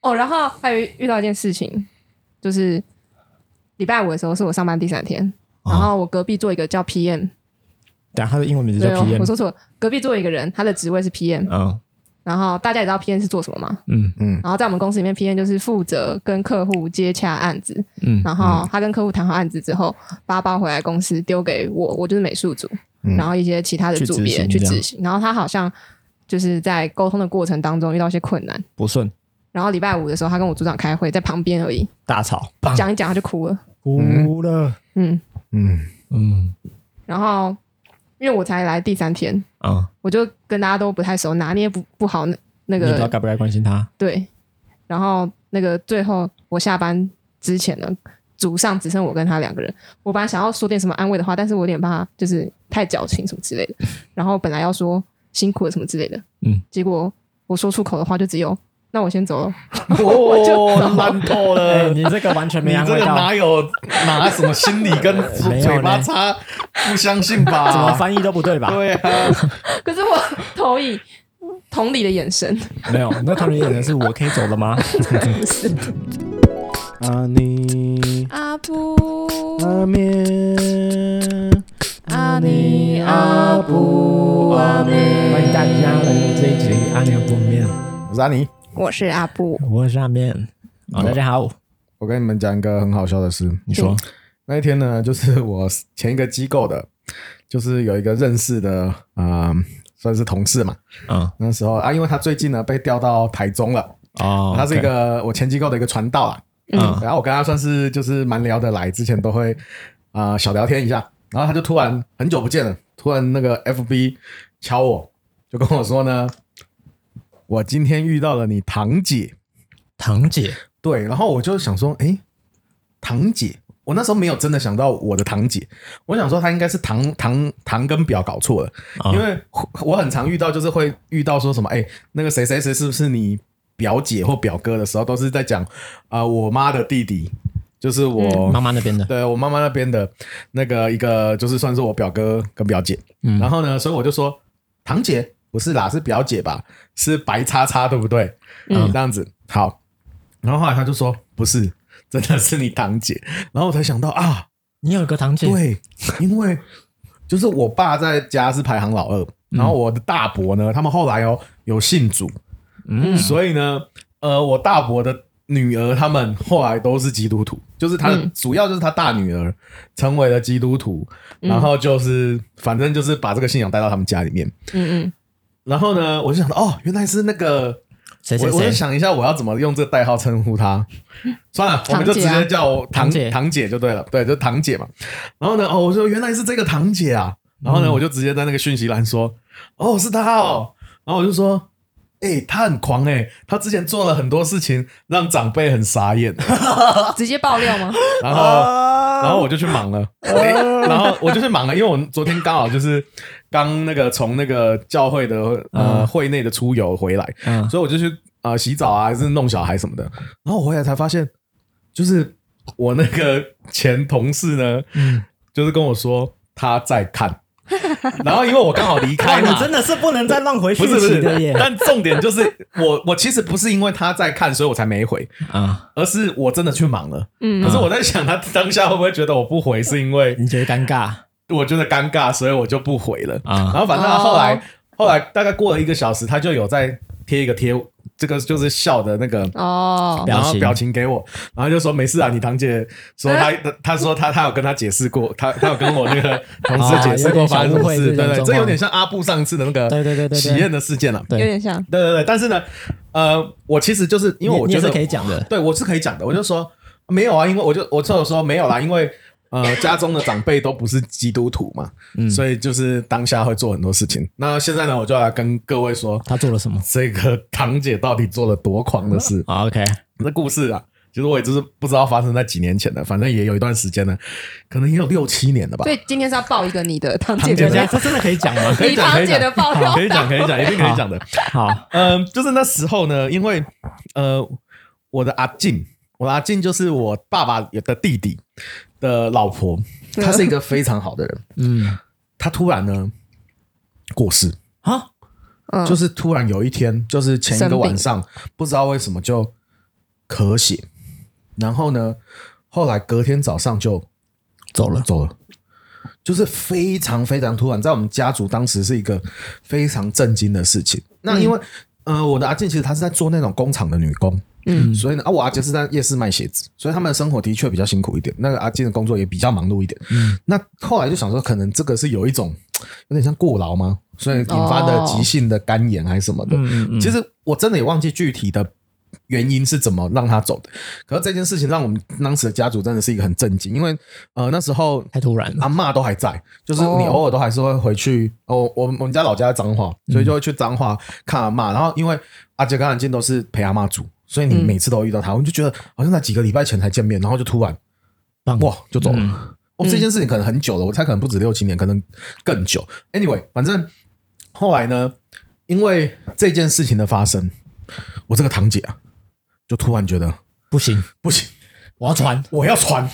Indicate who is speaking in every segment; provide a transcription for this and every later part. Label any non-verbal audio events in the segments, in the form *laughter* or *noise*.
Speaker 1: 哦，然后还有遇到一件事情，就是礼拜五的时候是我上班第三天，然后我隔壁坐一个叫 PM，、
Speaker 2: 但他的英文名字叫
Speaker 1: 对哦，我
Speaker 2: PM，
Speaker 1: 说错了，隔壁坐一个人，他的职位是 PM，
Speaker 2: 嗯
Speaker 1: 然后大家也知道 PM 是做什么嘛，
Speaker 3: 嗯
Speaker 2: 嗯
Speaker 1: 然后在我们公司里面，PM 就是负责跟客户接洽案子，
Speaker 3: 嗯
Speaker 1: 然后他跟客户谈好案子之后，发包回来公司丢给我，我就是美术组，
Speaker 2: 嗯
Speaker 1: 然后一些其他的
Speaker 3: 去
Speaker 1: 组
Speaker 3: 执
Speaker 1: 别
Speaker 3: 行
Speaker 1: 去
Speaker 3: 这样
Speaker 1: 执行。然后他好像就是在沟通的过程当中遇到一些困难，
Speaker 3: 不顺
Speaker 1: 然后礼拜五的时候，他跟我组长开会，在旁边而已，
Speaker 3: 大吵，
Speaker 1: 讲一讲他就哭了，
Speaker 2: 哭了，
Speaker 1: 嗯，
Speaker 2: 嗯
Speaker 3: 嗯
Speaker 1: 然后因为我才来第三天，
Speaker 3: 啊，
Speaker 1: 我就跟大家都不太熟，拿捏不不好那那
Speaker 3: 你也不知道
Speaker 1: 个
Speaker 3: 该不该关心他，
Speaker 1: 对，然后那个最后我下班之前呢，组上只剩我跟他两个人。我本来想要说点什么安慰的话，但是我有点怕，就是太矫情什么之类的。然后本来要说辛苦了什么之类的，
Speaker 3: 嗯，
Speaker 1: 结果我说出口的话就只有“那我先走了
Speaker 3: 我就
Speaker 4: 哦，烂透
Speaker 3: 哎，
Speaker 4: 了。
Speaker 3: 你这个完全
Speaker 4: 你
Speaker 3: 没安
Speaker 4: 这
Speaker 3: 慰
Speaker 4: 个
Speaker 3: 到，
Speaker 4: 哪有啊拿什么心理跟
Speaker 3: *laughs* 没有呢
Speaker 4: 嘴巴擦？不相信
Speaker 3: 怎么
Speaker 4: 吧？
Speaker 3: 哦翻译都不对吧？
Speaker 4: 对啊，”，
Speaker 1: 可是我投以同理的眼神，
Speaker 3: 没有，那同理眼神是我可以走了吗？
Speaker 2: 阿尼
Speaker 1: 阿布
Speaker 2: 阿面
Speaker 1: 阿尼
Speaker 2: 阿布阿面，
Speaker 3: 欢迎大家来到这一集的阿牛不面，
Speaker 4: 我是安妮，
Speaker 1: 我是阿布，
Speaker 3: 我是阿面。好，大家好，
Speaker 4: 我跟你们讲一个很好笑的事。
Speaker 3: 你说，
Speaker 4: 那一天呢，就是我前一个机构的，就是有一个认识的啊、呃算是同事嘛。
Speaker 3: 嗯
Speaker 4: 那时候啊，因为他最近呢被调到台中了，
Speaker 3: 哦，
Speaker 4: 他是一个我前机构的一个传道啦。啊
Speaker 3: 嗯
Speaker 4: 然后我跟他算是就是蛮聊得来，之前都会啊、呃小聊天一下。然后他就突然很久不见了，突然那个 FB 敲我，就跟我说呢，我今天遇到了你堂姐。
Speaker 3: 堂姐，
Speaker 4: 对，然后我就想说，诶，堂姐，我那时候没有真的想到我的堂姐，我想说她应该是堂堂堂跟表搞错了，
Speaker 3: 啊
Speaker 4: 因为我很常遇到，就是会遇到说什么，诶，那个谁谁谁是不是你表姐或表哥的时候，都是在讲啊、呃我妈的弟弟，就是我。
Speaker 3: 妈妈那边的，
Speaker 4: 哦对我妈妈那边的那个一个，就是算是我表哥跟表姐，
Speaker 3: 嗯
Speaker 4: 然后呢，所以我就说堂姐不是啦，是表姐吧，是白叉叉对不对？嗯，这样子好。然后后来他就说不是，真的是你堂姐。然后我才想到啊，
Speaker 3: 你有个堂姐，
Speaker 4: 对，因为就是我爸在家是排行老二，然后我的大伯呢，他们后来哦有信主，
Speaker 3: 嗯
Speaker 4: 所以呢，呃，我大伯的女儿他们后来都是基督徒，就是他、
Speaker 1: 嗯
Speaker 4: 主要就是他大女儿成为了基督徒，然后就是、反正就是把这个信仰带到他们家里面。
Speaker 1: 嗯嗯，
Speaker 4: 然后呢，我就想到哦，原来是那个，
Speaker 3: 谁谁
Speaker 4: 我我
Speaker 3: 谁
Speaker 4: 就，想一下我要怎么用这个代号称呼她。算了，我们就直
Speaker 1: 堂姐啊
Speaker 4: 接叫我堂
Speaker 3: 堂姐
Speaker 4: 堂姐就对了，对，就堂姐嘛。然后呢，哦，我说原来是这个堂姐啊，然后呢，我就直接在那个讯息栏说，哦，是她哦，然后我就说。哎、她很狂哎、她之前做了很多事情让长辈很傻眼，
Speaker 1: 嗯直接爆料吗？
Speaker 4: 然
Speaker 3: 哦
Speaker 4: 后，
Speaker 3: *laughs*
Speaker 4: 然后我就去忙了，诶 *laughs* 然后我就去忙了，因为我昨天刚好就是刚那个从那个教会的呃
Speaker 3: 嗯
Speaker 4: 会内的出游回来，
Speaker 3: 嗯
Speaker 4: 所以我就去呃洗澡啊，还是弄小孩什么的。然后我回来才发现，就是我那个前同事呢，
Speaker 3: 嗯
Speaker 4: 就是跟我说他在
Speaker 3: *laughs*
Speaker 4: 看，然后因为我刚好离
Speaker 3: 哇，
Speaker 4: 开
Speaker 3: 你
Speaker 4: 嘛，
Speaker 3: 真的是不能再乱回
Speaker 4: 不
Speaker 3: 讯
Speaker 4: 是不
Speaker 3: 息
Speaker 4: 是
Speaker 3: 的耶，，
Speaker 4: 但重点就是我我其实不是因为他在看，所以我才没回，
Speaker 3: 啊，
Speaker 4: 而是我真的去忙了。
Speaker 1: 嗯
Speaker 4: 可是我在想，他当下会不会觉得我不回，是因为
Speaker 3: 你觉得尴尬
Speaker 4: 我觉得尴尬，所以我就不回了。然
Speaker 3: 啊？
Speaker 4: 后反正他后
Speaker 1: 哦
Speaker 4: 来后来大概过了一个小时，他就有在贴一个贴，这个就是笑的那个。
Speaker 1: *laughs* 哦，
Speaker 3: 表
Speaker 4: 然后
Speaker 3: 情啊
Speaker 4: 表情给我，然后就说没事啊，你堂姐说她她说她她有跟她解释过，她她有跟我那个同事解释过发生什么
Speaker 3: 有
Speaker 4: 事，
Speaker 3: 点小误会这
Speaker 4: 对对，
Speaker 3: *laughs* 种
Speaker 4: 这有点像阿布上次的那个
Speaker 3: 对对对对对
Speaker 4: 喜宴的事件了，啊
Speaker 1: 有
Speaker 3: 对
Speaker 1: 点像，
Speaker 4: 对对对，但是呢，呃，我其实就是因为
Speaker 3: 你
Speaker 4: 我
Speaker 3: 你
Speaker 4: 觉
Speaker 3: 也
Speaker 4: 得
Speaker 3: 是可以讲的，
Speaker 4: 对，我是可以讲的。我就说没有啊，因为我就我就说没有啦，因为呃， *laughs* 家中的长辈都不是基督徒嘛，所以就是当下会做很多事情。那现在呢，我就来跟各位说，
Speaker 3: 他做了什么
Speaker 4: 这个堂姐到底做了多狂
Speaker 3: *laughs*
Speaker 4: 的事。
Speaker 3: 啊？OK，
Speaker 4: 那故事啊，其实我也就是不知道发生在几年前的，反正也有一段时间了，可能也有六七年了吧
Speaker 1: 所。以今天是要爆一个你的堂姐
Speaker 4: 堂姐
Speaker 1: 的
Speaker 3: 这
Speaker 4: 的
Speaker 1: 料
Speaker 3: 样，这真的可以讲吗？
Speaker 4: *laughs* 可以讲，可以
Speaker 1: 你堂姐的
Speaker 4: 讲，
Speaker 1: 爆料
Speaker 4: 可以讲，可以讲，一定可以讲的。
Speaker 3: 好，
Speaker 4: 嗯，就是那时候呢，因为呃，我的阿静，我的阿静就是我爸爸的弟弟的老婆，她是一个非常好的人。
Speaker 3: 嗯，
Speaker 4: 她突然呢过世，
Speaker 3: 好，
Speaker 4: 啊
Speaker 1: 嗯
Speaker 4: 就是突然有一天，就是前一个晚上，不知道为什么就咳血，然后呢，后来隔天早上就
Speaker 3: 走了，
Speaker 4: 走了，就是非常非常突然，在我们家族当时是一个非常震惊的事情。那因为、呃，我的阿健其实她是在做那种工厂的女工，嗯，所以呢，啊，我阿杰是在夜市卖鞋子，所以他们的生活的确比较辛苦一点。那个阿健的工作也比较忙碌一点。嗯，那后来就想说，可能这个是有一种有点像过劳吗？所以引发的急性的肝炎还是什么的。
Speaker 3: 嗯嗯
Speaker 4: 其实我真的也忘记具体的原因是怎么让他走的。可是这件事情让我们当时的家族真的是一个很震惊，因为呃那时候
Speaker 3: 太突然了
Speaker 4: 阿，嬷都还在，就是你
Speaker 1: 哦
Speaker 4: 偶尔都还是会回去。哦，我们我们家老家在彰化，所以就会去彰化看阿嬷。然后因为阿杰跟阿健都是陪阿嬷住，所以你每次都会遇到他，我就觉得好像在几个礼拜前才见面，然后就突然
Speaker 3: 棒
Speaker 4: 哇就走了。哦，这件事情可能很久了，我猜可能不止六七年，可能更久。Anyway，反正后来呢，因为这件事情的发生，我这个堂姐啊，就突然觉得
Speaker 3: 不行，
Speaker 4: 不行，
Speaker 3: 我要传
Speaker 4: 我要传，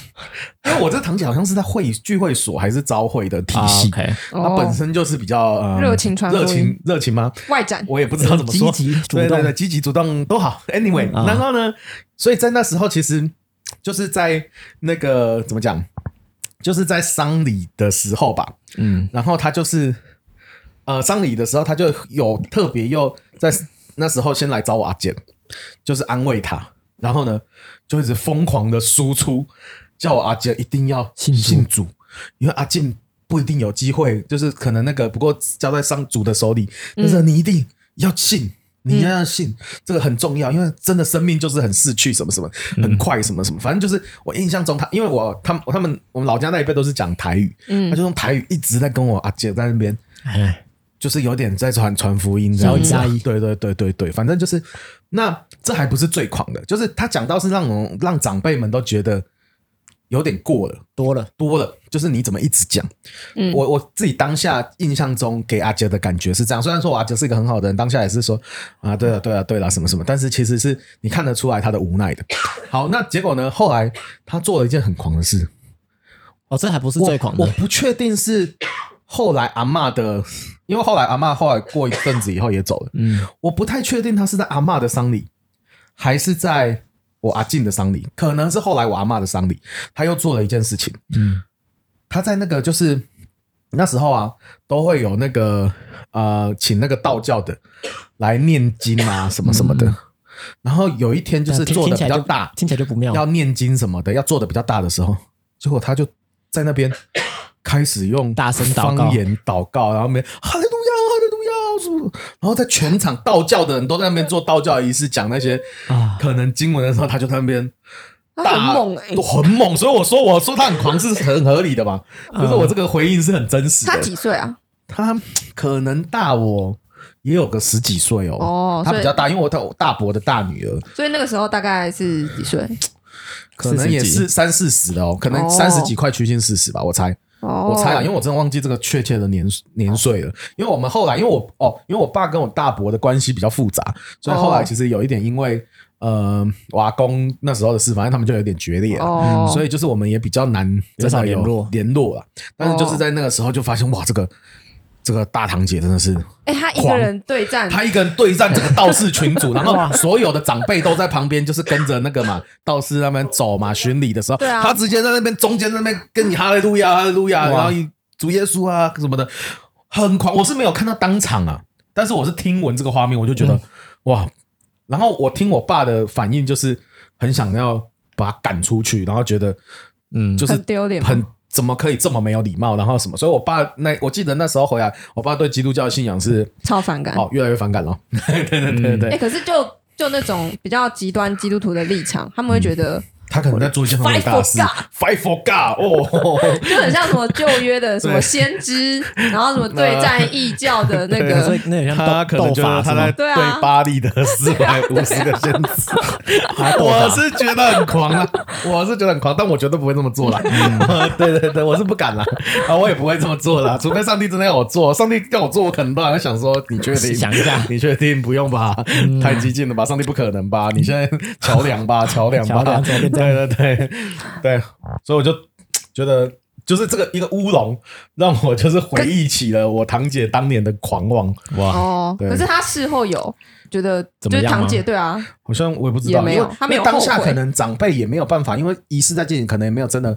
Speaker 4: 因为我这堂姐好像是在会聚会所还是招会的体
Speaker 3: 啊
Speaker 4: 系，
Speaker 3: ，OK
Speaker 4: 她本身就是比较呃
Speaker 1: 热情传播
Speaker 4: 热情热情吗？
Speaker 1: 外展
Speaker 4: 我也不知道怎么说，
Speaker 3: 积极主动
Speaker 4: 对对对，积极主动都好。Anyway，、
Speaker 3: 啊
Speaker 4: 然后呢，所以在那时候其实就是在那个怎么讲，就是在丧礼的时候吧，
Speaker 3: 嗯，
Speaker 4: 然后他就是呃丧礼的时候，他就有特别又在那时候先来找我阿健，就是安慰他，然后呢就一直疯狂的输出，叫我阿健一定要
Speaker 3: 信主
Speaker 4: 信主，因为阿健不一定有机会，就是可能那个不过交在上主的手里，但是你一定要信。你要信、这个很重要，因为真的生命就是很逝去，什么什么很快，什么什么，反正就是我印象中他，因为我他们他们我们老家那一辈都是讲台语，他就用台语一直在跟我阿姐在那边，
Speaker 3: 哎，
Speaker 4: 就是有点在传传福音这样子啊。对对对对对，反正就是那这还不是最狂的，就是他讲到是让我让长辈们都觉得有点过了。
Speaker 3: 多了，
Speaker 4: 多了，就是你怎么一直讲。嗯，我我自己当下印象中给阿杰的感觉是这样，虽然说我阿杰是一个很好的人，当下也是说啊，对了，对了，对了，什么什么，但是其实是你看得出来他的无奈的。好，那结果呢？后来他做了一件很狂的事，
Speaker 3: 哦，这还不是
Speaker 4: 我
Speaker 3: 最狂
Speaker 4: 我
Speaker 3: 的，
Speaker 4: 不确定是后来阿嬷的，因为后来阿嬷后来过一阵子以后也走了，
Speaker 3: 嗯，
Speaker 4: 我不太确定他是在阿嬷的丧礼，还是在我阿静的丧礼，可能是后来我阿嬷的丧礼，他又做了一件事情，
Speaker 3: 嗯，
Speaker 4: 他在那个就是那时候啊，都会有那个呃，请那个道教的来念经啊，什么什么的。然后有一天就是
Speaker 3: 嗯听
Speaker 4: 做的
Speaker 3: 听起
Speaker 4: 比
Speaker 3: 来
Speaker 4: 较
Speaker 3: 就
Speaker 4: 大，
Speaker 3: 听起来就不妙，
Speaker 4: 要念经什么的，要做的比较大的时候，结果他就在那边开始用
Speaker 3: 大声祷告
Speaker 4: 方言祷告，然后没哈利路亚，哈利路亚，然后在全场道教的人都在那边做道教仪式，讲那些
Speaker 3: 啊
Speaker 4: 可能经文的时候，他就在那边。
Speaker 1: 他
Speaker 4: 大
Speaker 1: 很猛欸
Speaker 4: 很猛，所以我说我说他很狂是很合理的嘛。可是我这个回应是很真实的。
Speaker 1: 他几岁啊？
Speaker 4: 他可能大我也有个十几岁哦。
Speaker 1: 哦
Speaker 4: 他
Speaker 1: 所以
Speaker 4: 比较大，因为我大我大伯的大女儿，
Speaker 1: 所以那个时候大概是几岁？
Speaker 4: 可能也是三四十了哦，可能
Speaker 1: 哦
Speaker 4: 三十几快趋近四十吧，我猜，
Speaker 1: 哦，
Speaker 4: 我猜啊，因为我真的忘记这个确切的年年岁了。因为我们后来，因为我哦，因为我爸跟我大伯的关系比较复杂，所以后来
Speaker 1: 哦
Speaker 4: 其实有一点因为呃，我阿公那时候的事，反正他们就有点决裂了。
Speaker 1: 哦，
Speaker 4: 所以就是我们也比较难真
Speaker 3: 少
Speaker 4: 的有
Speaker 3: 联络
Speaker 4: 联络了，但是就是
Speaker 1: 哦
Speaker 4: 在那个时候就发现哇，这个这个大堂姐真的是
Speaker 1: 哎，他一个
Speaker 4: 狂
Speaker 1: 人对战，
Speaker 4: *laughs* 他一个人对战整个道士群组，然后所有的长辈都在旁边，就是跟着那个嘛道士那边走嘛巡礼的时候，
Speaker 1: 对啊
Speaker 4: 他直接在那边中间在那边跟你哈利路亚哈利路亚，
Speaker 3: 哇
Speaker 4: 然后你主耶稣啊什么的，很狂。我是没有看到当场啊，但是我是听闻这个画面，我就觉得、哇。然后我听我爸的反应，就是很想要把他赶出去，然后觉得
Speaker 3: 嗯，
Speaker 4: 就是
Speaker 1: 很丢脸吗
Speaker 4: 很怎么可以这么没有礼貌，然后什么？所以我爸那我记得那时候回来，我爸对基督教的信仰是
Speaker 1: 超反感。
Speaker 4: 哦越来越反感了。对对对对
Speaker 3: 嗯
Speaker 4: 对，
Speaker 1: 哎，可是就就那种比较极端基督徒的立场，他们会觉得
Speaker 4: 他可能在做一件很伟大的事，fight for
Speaker 3: *laughs*
Speaker 4: God 哦。
Speaker 1: 就很像什么旧约的什么先知，然后什么对战异教的那
Speaker 4: 对
Speaker 3: 所
Speaker 1: 个
Speaker 3: 以，那很
Speaker 4: 他
Speaker 3: 像
Speaker 4: 可
Speaker 3: 斗
Speaker 4: 能
Speaker 3: 斗
Speaker 4: 觉得
Speaker 3: 法
Speaker 4: 他
Speaker 3: 是
Speaker 4: 在
Speaker 3: 吗？
Speaker 1: 对啊
Speaker 4: 巴黎的啊四百五十个
Speaker 3: *laughs*
Speaker 4: 仙子，
Speaker 3: 还斗
Speaker 4: 我
Speaker 3: 法
Speaker 4: 是觉得很狂啊，我是觉得很狂，但我绝对不会这么做啦。
Speaker 3: 嗯
Speaker 4: *laughs* 对对对，我是不敢啦，啊，我也不会这么做啦，除非上帝真的要我做，上帝要我做，我可能都还会想说，你确定？
Speaker 3: 想一下嗯
Speaker 4: 你确定不用吧？太激进了吧？上帝不可能吧？你现在桥梁吧，桥梁吧，
Speaker 3: 桥梁怎么
Speaker 4: 对
Speaker 3: 变这
Speaker 4: *laughs* 对对对，所以我就觉得。就是这个一个乌龙，让我就是回忆起了我堂姐当年的狂妄。
Speaker 3: 哇，
Speaker 1: 哦，
Speaker 4: 对
Speaker 1: 可是他事后有觉得就
Speaker 3: 怎么
Speaker 1: 是
Speaker 3: 样吗
Speaker 1: 堂姐对啊，
Speaker 4: 好像我也不知道，
Speaker 1: 也没
Speaker 4: 因
Speaker 1: 有
Speaker 4: 为
Speaker 1: 他没有
Speaker 4: 因为当下
Speaker 1: 后悔
Speaker 4: 可能长辈也没有办法，因为仪式在进行，可能也没有真的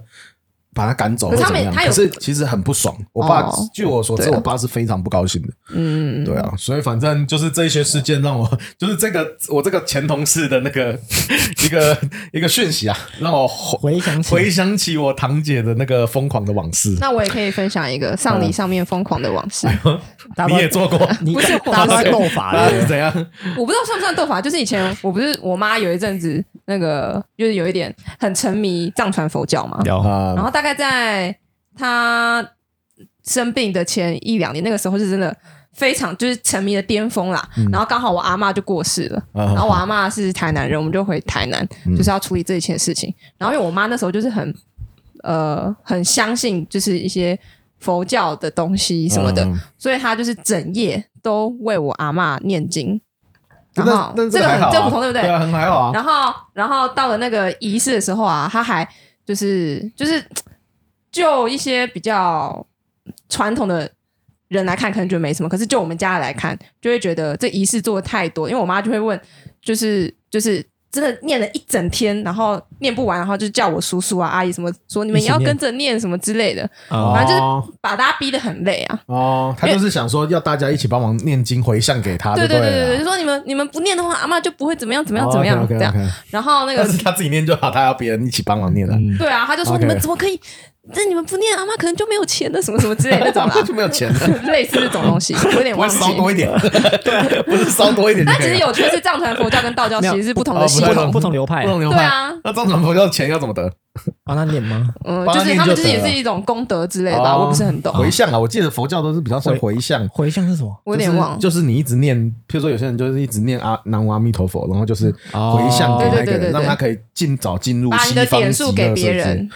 Speaker 4: 把他赶走
Speaker 1: 可
Speaker 4: 或
Speaker 1: 是
Speaker 4: 怎
Speaker 1: 他
Speaker 4: 么
Speaker 1: 们
Speaker 4: 样。
Speaker 1: 他
Speaker 4: 可
Speaker 1: 有
Speaker 4: 是其实很不爽，我爸
Speaker 1: 哦
Speaker 4: 据我所知，
Speaker 1: 对啊
Speaker 4: 我爸是非常不高兴的。
Speaker 1: 嗯，
Speaker 4: 对啊，所以反正就是这些事件让我，就是这个我这个前同事的那个 *laughs* 一个一个讯息啊，让我回
Speaker 3: 回想起
Speaker 4: 回想起我堂姐的那个疯狂的往事。
Speaker 1: 那我也可以分享一个丧礼上面疯狂的往事。
Speaker 3: 大家
Speaker 4: *laughs* 你
Speaker 3: 都
Speaker 4: 也
Speaker 1: *laughs*
Speaker 4: 做过？
Speaker 3: 你
Speaker 1: 不是我
Speaker 3: 大家都在斗法
Speaker 4: 那
Speaker 3: 了
Speaker 4: 是，怎样？
Speaker 1: 我不知道算不算斗法，就是以前我不是我妈有一阵子那个就是有一点很沉迷藏传佛教嘛，
Speaker 3: 聊
Speaker 4: 啊
Speaker 1: 然后大概在她生病的前一两年，那个时候是真的非常就是沉迷的巅峰啦。
Speaker 4: 嗯
Speaker 1: 然后刚好我阿嬷就过世了，
Speaker 4: 啊
Speaker 1: 然后我阿嬷是台南人，我们就回台南，
Speaker 4: 嗯
Speaker 1: 就是要处理这一切事情。然后因为我妈那时候就是很呃很相信就是一些佛教的东西什么的，
Speaker 4: 嗯
Speaker 1: 所以她就是整夜都为我阿嬷念经。然后
Speaker 4: 哎那那
Speaker 1: 这个
Speaker 4: 还
Speaker 1: 很
Speaker 4: 好啊
Speaker 1: 这个普通对不对？
Speaker 4: 对啊，很还好啊。
Speaker 1: 然后，然后到了那个仪式的时候啊，他还就是就是就一些比较传统的人来看，可能觉得没什么，可是就我们家来看，就会觉得这仪式做的太多。因为我妈就会问，就是就是真的念了一整天，然后念不完，然后就叫我叔叔啊、阿姨什么，说你们也要
Speaker 3: 一起念
Speaker 1: 跟着念什么之类的，
Speaker 3: 啊，
Speaker 1: 反正
Speaker 4: 哦
Speaker 1: 就是把大家逼得很累啊。
Speaker 4: 哦，他就是想说要大家一起帮忙念经回向给他，
Speaker 1: 对
Speaker 4: 对
Speaker 1: 对对对
Speaker 4: 了
Speaker 1: 对，就说你们你们不念的话，阿嬷就不会怎么样怎么样怎么样、
Speaker 4: o k
Speaker 1: 这样。然后那个
Speaker 4: 但是他自己念就好，他要别人一起帮忙念了。
Speaker 3: 嗯
Speaker 1: 对啊，他就说
Speaker 4: OK
Speaker 1: 你们怎么可以？这你们不念阿妈可能就没有钱了，什么什么之类的那种
Speaker 4: *laughs* 就
Speaker 1: 啦，
Speaker 4: 没有钱了，
Speaker 1: 类似这种东
Speaker 4: *laughs*
Speaker 1: 西，我有点
Speaker 4: 不
Speaker 1: 忘
Speaker 4: 会
Speaker 1: 记。
Speaker 4: 烧多一点，对，不是烧多一点就
Speaker 1: 但
Speaker 4: 可
Speaker 1: 其
Speaker 4: 以
Speaker 1: 实
Speaker 4: 了。
Speaker 1: 有趣的是，藏传佛教跟
Speaker 4: *laughs*
Speaker 1: 道教
Speaker 3: 没有
Speaker 1: 其实是不同的系
Speaker 3: 不
Speaker 4: 太
Speaker 1: 统
Speaker 3: 同
Speaker 4: 懂，
Speaker 3: 不同流派啊
Speaker 4: 哦不，能流
Speaker 1: 对
Speaker 4: 派。
Speaker 1: 啊，
Speaker 4: 那藏传佛教钱要怎么得？
Speaker 3: 帮他念吗？
Speaker 1: 嗯，
Speaker 4: 帮
Speaker 1: 就
Speaker 4: 他
Speaker 1: 是
Speaker 4: 念
Speaker 1: 他们
Speaker 4: 就
Speaker 1: 就是也
Speaker 4: 得
Speaker 1: 是
Speaker 4: 了
Speaker 1: 一种功德之类的吧，
Speaker 4: 哦
Speaker 1: 我不是很懂，
Speaker 4: 回向啊，我记得佛教都是比较算回向，
Speaker 3: 回向是什么？
Speaker 1: 我有点忘。
Speaker 4: 就是就是你一直念，譬如说有些人就是一直念阿南无阿弥陀佛，然后就是
Speaker 3: 哦
Speaker 4: 回向给
Speaker 1: 嗯
Speaker 4: 那
Speaker 1: 对对
Speaker 4: 个
Speaker 1: 对对对
Speaker 4: 人，让他可以尽早进入
Speaker 1: 把你的
Speaker 4: 西方
Speaker 1: 点数
Speaker 4: 极
Speaker 1: 给
Speaker 4: 乐
Speaker 1: 别
Speaker 4: 世界
Speaker 1: 人，，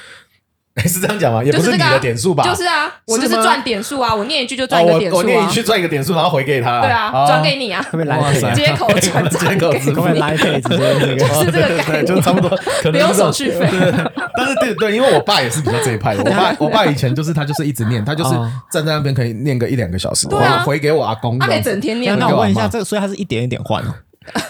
Speaker 4: 哎 *laughs* 是这样讲吗？也
Speaker 1: 就
Speaker 4: 不
Speaker 1: 是
Speaker 4: 你
Speaker 1: 这个啊
Speaker 4: 的点数吧？
Speaker 1: 就是啊，我就是
Speaker 4: 是吗
Speaker 1: 赚点数啊，我念一句就
Speaker 4: 哦，
Speaker 1: 赚一个点
Speaker 4: 我我
Speaker 1: 数
Speaker 4: 念
Speaker 1: 啊
Speaker 4: 你，去赚一个点数，然后回给他，
Speaker 1: 对啊，
Speaker 4: 哦
Speaker 1: 转给
Speaker 4: *laughs*
Speaker 1: 你啊，
Speaker 3: 会不会来
Speaker 4: 哇塞
Speaker 3: 配？
Speaker 1: 接口转账
Speaker 4: 接口
Speaker 1: 给
Speaker 4: 支
Speaker 3: 会不
Speaker 4: 付
Speaker 3: 会
Speaker 1: 你，
Speaker 3: 来配？
Speaker 4: *laughs*
Speaker 3: 直接那个
Speaker 1: 是这个
Speaker 4: 哦对
Speaker 1: 概
Speaker 4: 对，就
Speaker 1: 念，
Speaker 4: 差不多，可能
Speaker 1: 不用
Speaker 4: 是这种
Speaker 1: 手续费。
Speaker 4: 对，但是对对，因为我爸也是比较这一
Speaker 1: *laughs*
Speaker 4: 派的。我爸我爸以前就是他就是一直念，他就是
Speaker 3: 哦
Speaker 4: 站在那边可以念个一两个小时，
Speaker 1: 对啊
Speaker 4: 我回给我阿公。
Speaker 1: 他可以整天念啊的
Speaker 3: 那那
Speaker 4: 干
Speaker 3: 我
Speaker 4: 嘛
Speaker 3: 问一下，这个所以它是一点一点
Speaker 1: *laughs*
Speaker 3: 换哦。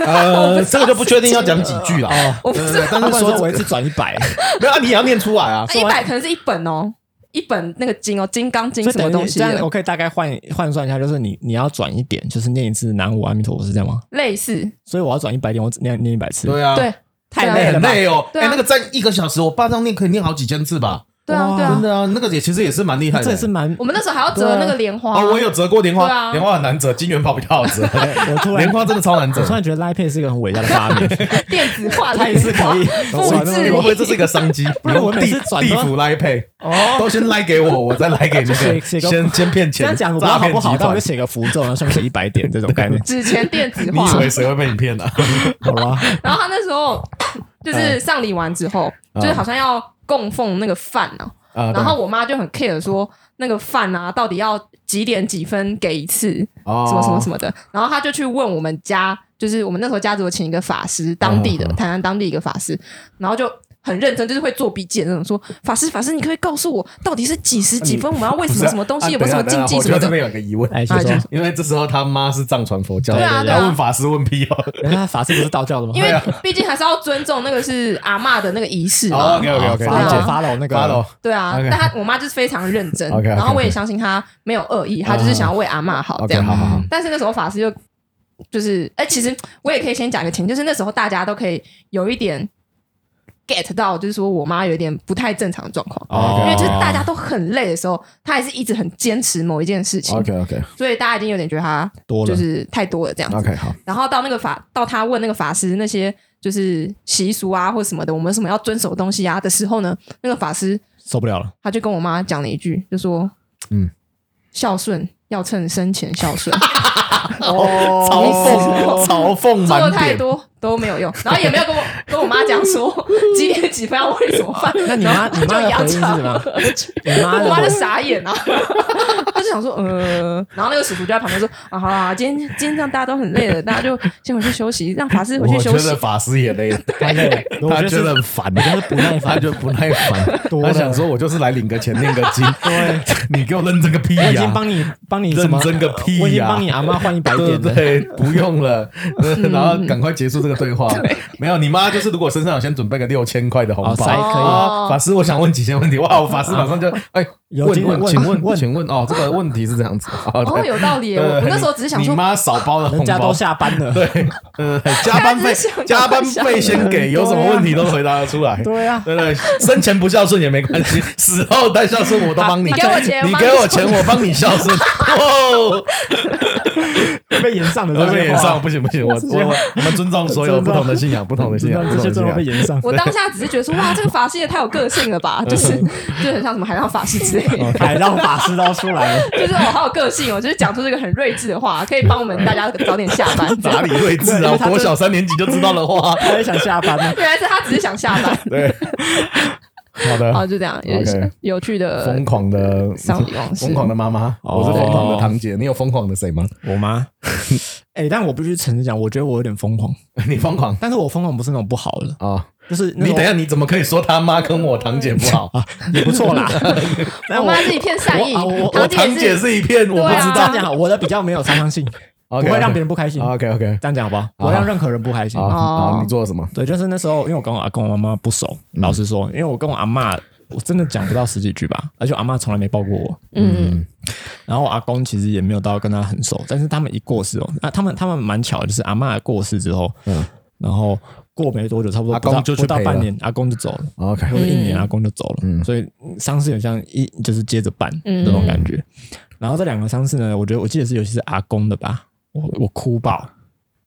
Speaker 4: 呃，这个就不确定要讲几句啦。
Speaker 1: 哦我不
Speaker 4: 对
Speaker 1: 知
Speaker 4: 对
Speaker 1: 道
Speaker 4: 对但是
Speaker 3: 说
Speaker 4: 说
Speaker 3: 我一次转一百，
Speaker 1: *laughs*
Speaker 4: 没有，啊，你也要念出来啊。
Speaker 1: 哎一百可能是一本哦，一本那个经哦，《金刚经
Speaker 3: 所》以
Speaker 1: 什么
Speaker 3: 等
Speaker 1: 东
Speaker 3: 于
Speaker 1: 西啊
Speaker 3: 这样，我
Speaker 1: 的，
Speaker 3: 可以大概换换算一下，就是你你要转一点，就是念一次南无阿弥陀佛是这样吗？
Speaker 1: 类似
Speaker 3: 所以我要转一百点，我只念念一百次。
Speaker 4: 对啊，
Speaker 1: 对，太
Speaker 4: 哎
Speaker 1: 累了
Speaker 4: 很
Speaker 1: 吧？
Speaker 4: 累哦。
Speaker 1: 对啊
Speaker 4: 哎，那个站一个小时，我爸这样念可以念好几千次吧？
Speaker 1: 对啊，对
Speaker 4: 真
Speaker 1: 啊，
Speaker 4: 的啊，那个也其实也是蛮厉害
Speaker 3: 这
Speaker 4: 的
Speaker 3: 也。是蛮
Speaker 1: 我们那时候还要折那个莲花，
Speaker 4: 哦，我有折过莲
Speaker 1: 对
Speaker 4: 花，
Speaker 1: 啊
Speaker 4: 莲花很难折，金元宝比较好折。
Speaker 3: 我突然
Speaker 4: *laughs* 莲花真的超难折
Speaker 3: 我突。然觉得 Line Pay 是一个很伟大的发
Speaker 4: *laughs*
Speaker 3: 明，
Speaker 1: 电子化的
Speaker 3: 哦它也 *laughs* 是可以
Speaker 1: *laughs* 复
Speaker 3: 转
Speaker 1: 制，
Speaker 4: 你
Speaker 3: 那
Speaker 4: 会 *laughs*
Speaker 3: 么
Speaker 4: 不会这是一个商机？
Speaker 3: 不然我每次
Speaker 4: 用地
Speaker 3: 转
Speaker 4: 地
Speaker 3: 都
Speaker 4: 府来配，
Speaker 3: 哦。
Speaker 4: 都先来给我，我再来给那个
Speaker 3: 是是个
Speaker 4: 先先骗
Speaker 3: 这样
Speaker 4: 钱，
Speaker 3: 讲我不知道
Speaker 4: 诈
Speaker 3: 好
Speaker 4: 骗
Speaker 3: 不好，
Speaker 4: 集
Speaker 3: 但我
Speaker 4: 团
Speaker 3: 就。写个符咒，然后上 *laughs* 面写一百点这种概念
Speaker 1: 纸钱电子
Speaker 4: 你以
Speaker 1: 化
Speaker 4: 为。谁会被你骗呢？
Speaker 3: 好吧？
Speaker 1: 然后他那时候就是丧礼完之后，就是好像要供奉那个饭啊，
Speaker 4: *laughs* 啊
Speaker 1: 然后我妈就很 care 说那个饭啊到底要几点几分给一次，什
Speaker 4: 什
Speaker 1: 么什么什么的。然后他就去问我们家，就是我们那时候家族有请一个法师，当地的
Speaker 4: 嗯嗯
Speaker 1: 台南当地一个法师，然后就。很认真，就是会做笔记的那种。说法师，法师，你可不可以告诉我到底是几时几分？我们要为什么
Speaker 4: 啊
Speaker 1: 什么东西？有没有什么禁忌什么
Speaker 4: 我觉得这
Speaker 1: 的？
Speaker 4: 边有个疑问，
Speaker 3: 哎，就说
Speaker 1: 哎就
Speaker 4: 因为这时候他妈是藏传佛教的，
Speaker 1: 对啊对啊
Speaker 4: 要问法师问屁哦。
Speaker 3: 原来啊法师不是道教的吗？
Speaker 1: 因为
Speaker 4: 啊
Speaker 1: 毕竟还是要尊重那个是阿嬷的那个仪式嘛。
Speaker 4: 哦 OK OK OK，
Speaker 1: 对啊
Speaker 3: 法
Speaker 4: 理
Speaker 3: 老
Speaker 4: 解。
Speaker 3: 法老那个
Speaker 4: 法老，
Speaker 1: 对啊
Speaker 4: OK
Speaker 1: 但他我妈就是非常认真
Speaker 4: OK，OK，OK 啊
Speaker 1: 然后我也相信她没有恶意，她就是想要为阿嬷好这
Speaker 4: OK，
Speaker 1: 样。
Speaker 4: 好好好，
Speaker 1: 但是那时候法师就就是，哎、其实我也可以先讲一个情，就是那时候大家都可以有一点 get 到，就是说我妈有一点不太正常的状况。
Speaker 4: 哦
Speaker 1: 因为就是大家都很累的时候，她还是一直很坚持某一件事情
Speaker 4: OK OK
Speaker 1: 所以大家已经有点觉得她
Speaker 3: 多了
Speaker 1: 就是太多了这样子。
Speaker 4: OK 好，
Speaker 1: 然后到那个法，到他问那个法师那些就是习俗啊或什么的，我们什么要遵守的东西啊的时候呢，那个法师
Speaker 3: 受不了了，
Speaker 1: 他就跟我妈讲了一句，就说：“
Speaker 4: 嗯，
Speaker 1: 孝顺要趁生前孝顺，
Speaker 4: *laughs* 嘲讽嘲
Speaker 1: 哦
Speaker 4: 讽
Speaker 1: 做
Speaker 4: 满
Speaker 1: 的太
Speaker 4: 点，
Speaker 1: 多都没有用。”然后也没有跟我 *laughs* 跟我妈讲说
Speaker 3: *laughs*
Speaker 1: 几点几分要喂什么饭。
Speaker 3: 那你妈
Speaker 1: 然后
Speaker 3: 你妈的
Speaker 1: 就扬
Speaker 3: 回应是
Speaker 1: 长
Speaker 3: 什么
Speaker 1: 而去
Speaker 3: 你妈 *laughs*
Speaker 1: 我妈就
Speaker 3: 的
Speaker 1: 傻眼啊！她就就想说，呃，然后那个叔叔就在旁边说，啊，好啦，今天今天这样大家都很累了，大家就先回去休息，让法师回去
Speaker 4: 我
Speaker 1: 休
Speaker 4: 觉
Speaker 1: 息
Speaker 4: 得。法师也累了，
Speaker 3: 他累，我
Speaker 4: *laughs* 他
Speaker 3: 觉得
Speaker 4: 觉
Speaker 3: 是
Speaker 4: 得很烦，
Speaker 3: 我觉得不耐 *laughs*
Speaker 4: *laughs* 他
Speaker 3: 烦，
Speaker 4: 就不耐烦，
Speaker 2: 多
Speaker 4: 他
Speaker 2: 了
Speaker 4: 想说，我就是来领个钱、念个经， *laughs* 对，你给我认真个屁
Speaker 3: 我已
Speaker 4: 呀
Speaker 3: 经！帮你帮你
Speaker 4: 认
Speaker 3: 什么
Speaker 4: 真个屁呀
Speaker 3: 我已经帮你阿妈换一百
Speaker 4: 对
Speaker 3: 点
Speaker 4: 对
Speaker 3: 了。
Speaker 4: 对，不
Speaker 1: *laughs*
Speaker 4: 用了，
Speaker 1: 嗯
Speaker 4: 然后赶快结束这个对话。没有，你妈就是如果身上有先准备个六千块的红
Speaker 3: 哦
Speaker 4: 包
Speaker 3: 塞可以
Speaker 4: 啊，法师，我想问几些问题。
Speaker 1: 哦
Speaker 4: 哇，法师马上就哎，
Speaker 3: 有
Speaker 4: 问
Speaker 3: 经
Speaker 4: 问，
Speaker 3: 问
Speaker 4: 请问
Speaker 3: 问
Speaker 4: 请问哦，这个问题是这样子。好
Speaker 1: 哦，有道理耶，我我那时候只是想
Speaker 4: 你
Speaker 1: 说，
Speaker 4: 妈少包了红
Speaker 3: 人家
Speaker 4: 包
Speaker 3: 都，下班了，
Speaker 4: 对，呃，加
Speaker 1: *laughs*
Speaker 4: 班费
Speaker 1: 他只是想啊
Speaker 4: 加班费先给，有什么问题都回答得出来。
Speaker 3: 对啊，
Speaker 4: 对对，生前不孝顺也没关系，死后太孝顺我都帮你。
Speaker 1: 你给我钱
Speaker 4: 你
Speaker 1: 我帮
Speaker 4: 给
Speaker 1: 你
Speaker 4: 我钱，我帮你孝顺。哦，
Speaker 3: 被延上的这
Speaker 4: 我
Speaker 3: 些话
Speaker 4: 被演上，不行不行，我我我我们尊重所有不同的信仰，不同的信仰，不
Speaker 3: 这
Speaker 4: 同
Speaker 3: 些
Speaker 4: 的
Speaker 3: 真
Speaker 4: 信
Speaker 3: 的被
Speaker 4: 仰。
Speaker 3: 延上。
Speaker 1: 我当下只是觉得说，哇，这个法师也太有个性了
Speaker 4: *laughs*
Speaker 1: 吧，就是就很像什么海浪法师之类的。
Speaker 3: 海浪哎法师都出来了，
Speaker 1: 就是我好有个性哦，就是讲出这个很睿智的话，可以帮我们大家早点下
Speaker 4: *laughs*
Speaker 1: 班。
Speaker 4: 哪里睿智啊？我国小三年级就知道了话。
Speaker 3: 他也想下班了。
Speaker 1: 原来是他只是想下班，
Speaker 4: 对，好
Speaker 1: 哦，
Speaker 4: 的，
Speaker 1: 就这样，有
Speaker 4: 啊 OK
Speaker 1: 有趣的
Speaker 4: 疯狂的
Speaker 1: 丧礼往事
Speaker 4: 疯狂的妈妈，我是疯狂的堂姐，你有疯狂的谁吗？
Speaker 3: 我妈， *laughs* 哎、但我必须诚实讲，我觉得我有点疯狂，
Speaker 4: *laughs* 你疯狂
Speaker 3: 但是我疯狂不是那种不好的，
Speaker 4: 啊？
Speaker 3: 就是那
Speaker 4: 你
Speaker 3: 种
Speaker 4: 等一下，你怎么可以说他妈跟我堂姐不好？
Speaker 3: 也不错啦。但
Speaker 1: 我
Speaker 3: 我
Speaker 1: 妈是一片善意
Speaker 3: 我啊我我，
Speaker 4: *laughs* 我堂
Speaker 1: 堂
Speaker 4: 姐
Speaker 1: 姐是
Speaker 4: 是一片我不
Speaker 1: 对
Speaker 4: *laughs* 知
Speaker 1: 啊
Speaker 3: 这
Speaker 4: 道
Speaker 3: 样讲好，我的比较没有杀伤性，不
Speaker 4: *laughs* OK，OK，
Speaker 3: 会让别人不开心。
Speaker 4: OK OK，
Speaker 3: 这样讲好不好？不会让任何人不开心。
Speaker 4: 好，
Speaker 1: 哦
Speaker 4: 啊好你做了什么？
Speaker 3: 对，就是那时候，因为我跟我阿公、我妈妈不熟，老实说，因为我跟我阿嬷，我真的讲不到十几句吧，而且我阿嬷从来没抱过我。
Speaker 1: 嗯，
Speaker 3: 然后我阿公其实也没有到跟他很熟，但是他们一过世哦，啊，他们他们蛮巧的，就是阿嬷过世之后，
Speaker 4: 嗯
Speaker 3: 然后过没多久，差不多
Speaker 4: 阿
Speaker 3: 不
Speaker 4: 公
Speaker 3: 到
Speaker 4: 就去
Speaker 3: 不到
Speaker 4: 陪
Speaker 3: 半
Speaker 4: 了
Speaker 3: 年，阿公就走了。
Speaker 4: OK，
Speaker 3: 或者一年阿
Speaker 1: 嗯
Speaker 3: 公就走了，
Speaker 4: 嗯
Speaker 3: 所以丧事有像一就是接着办
Speaker 1: 嗯
Speaker 3: 这种感觉。然后这两个丧事呢，我觉得我记得是尤其是阿公的吧，我我哭爆，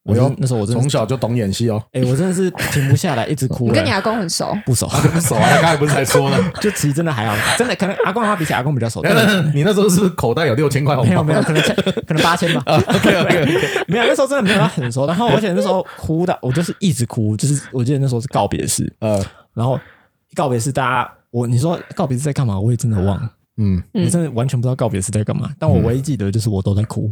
Speaker 3: 我
Speaker 4: 哎呦
Speaker 3: 就那时候我真的
Speaker 4: 从
Speaker 3: 是，
Speaker 4: 小就懂演戏哦。
Speaker 3: 哎、我真的是停不下来，一直
Speaker 1: *laughs*
Speaker 3: 哭、
Speaker 1: 你跟你
Speaker 3: 哎
Speaker 1: 阿公很熟，
Speaker 3: 不熟，
Speaker 4: 不熟啊，他刚才不是才 *laughs* 说了？
Speaker 3: 就其实真的还好，真的可能阿公的话比起阿公比较
Speaker 4: 哎
Speaker 3: 熟，但是
Speaker 4: 你那时候是不是口袋有六千块红
Speaker 3: 没有
Speaker 4: 包？
Speaker 3: 没有，可能千可能八千
Speaker 4: 啊
Speaker 3: 吧。 *laughs* 没有，那时候真的没有到很熟。然后，而且那时候哭的，我就是一直哭，就是我记得那时候是告别式，
Speaker 4: 呃，
Speaker 3: 然后告别式大家，我你说告别式在干嘛？我也真的忘了。
Speaker 4: 嗯，
Speaker 1: 嗯
Speaker 3: 我真的完全不知道告别是在干嘛。但我唯一记得就是我都在哭，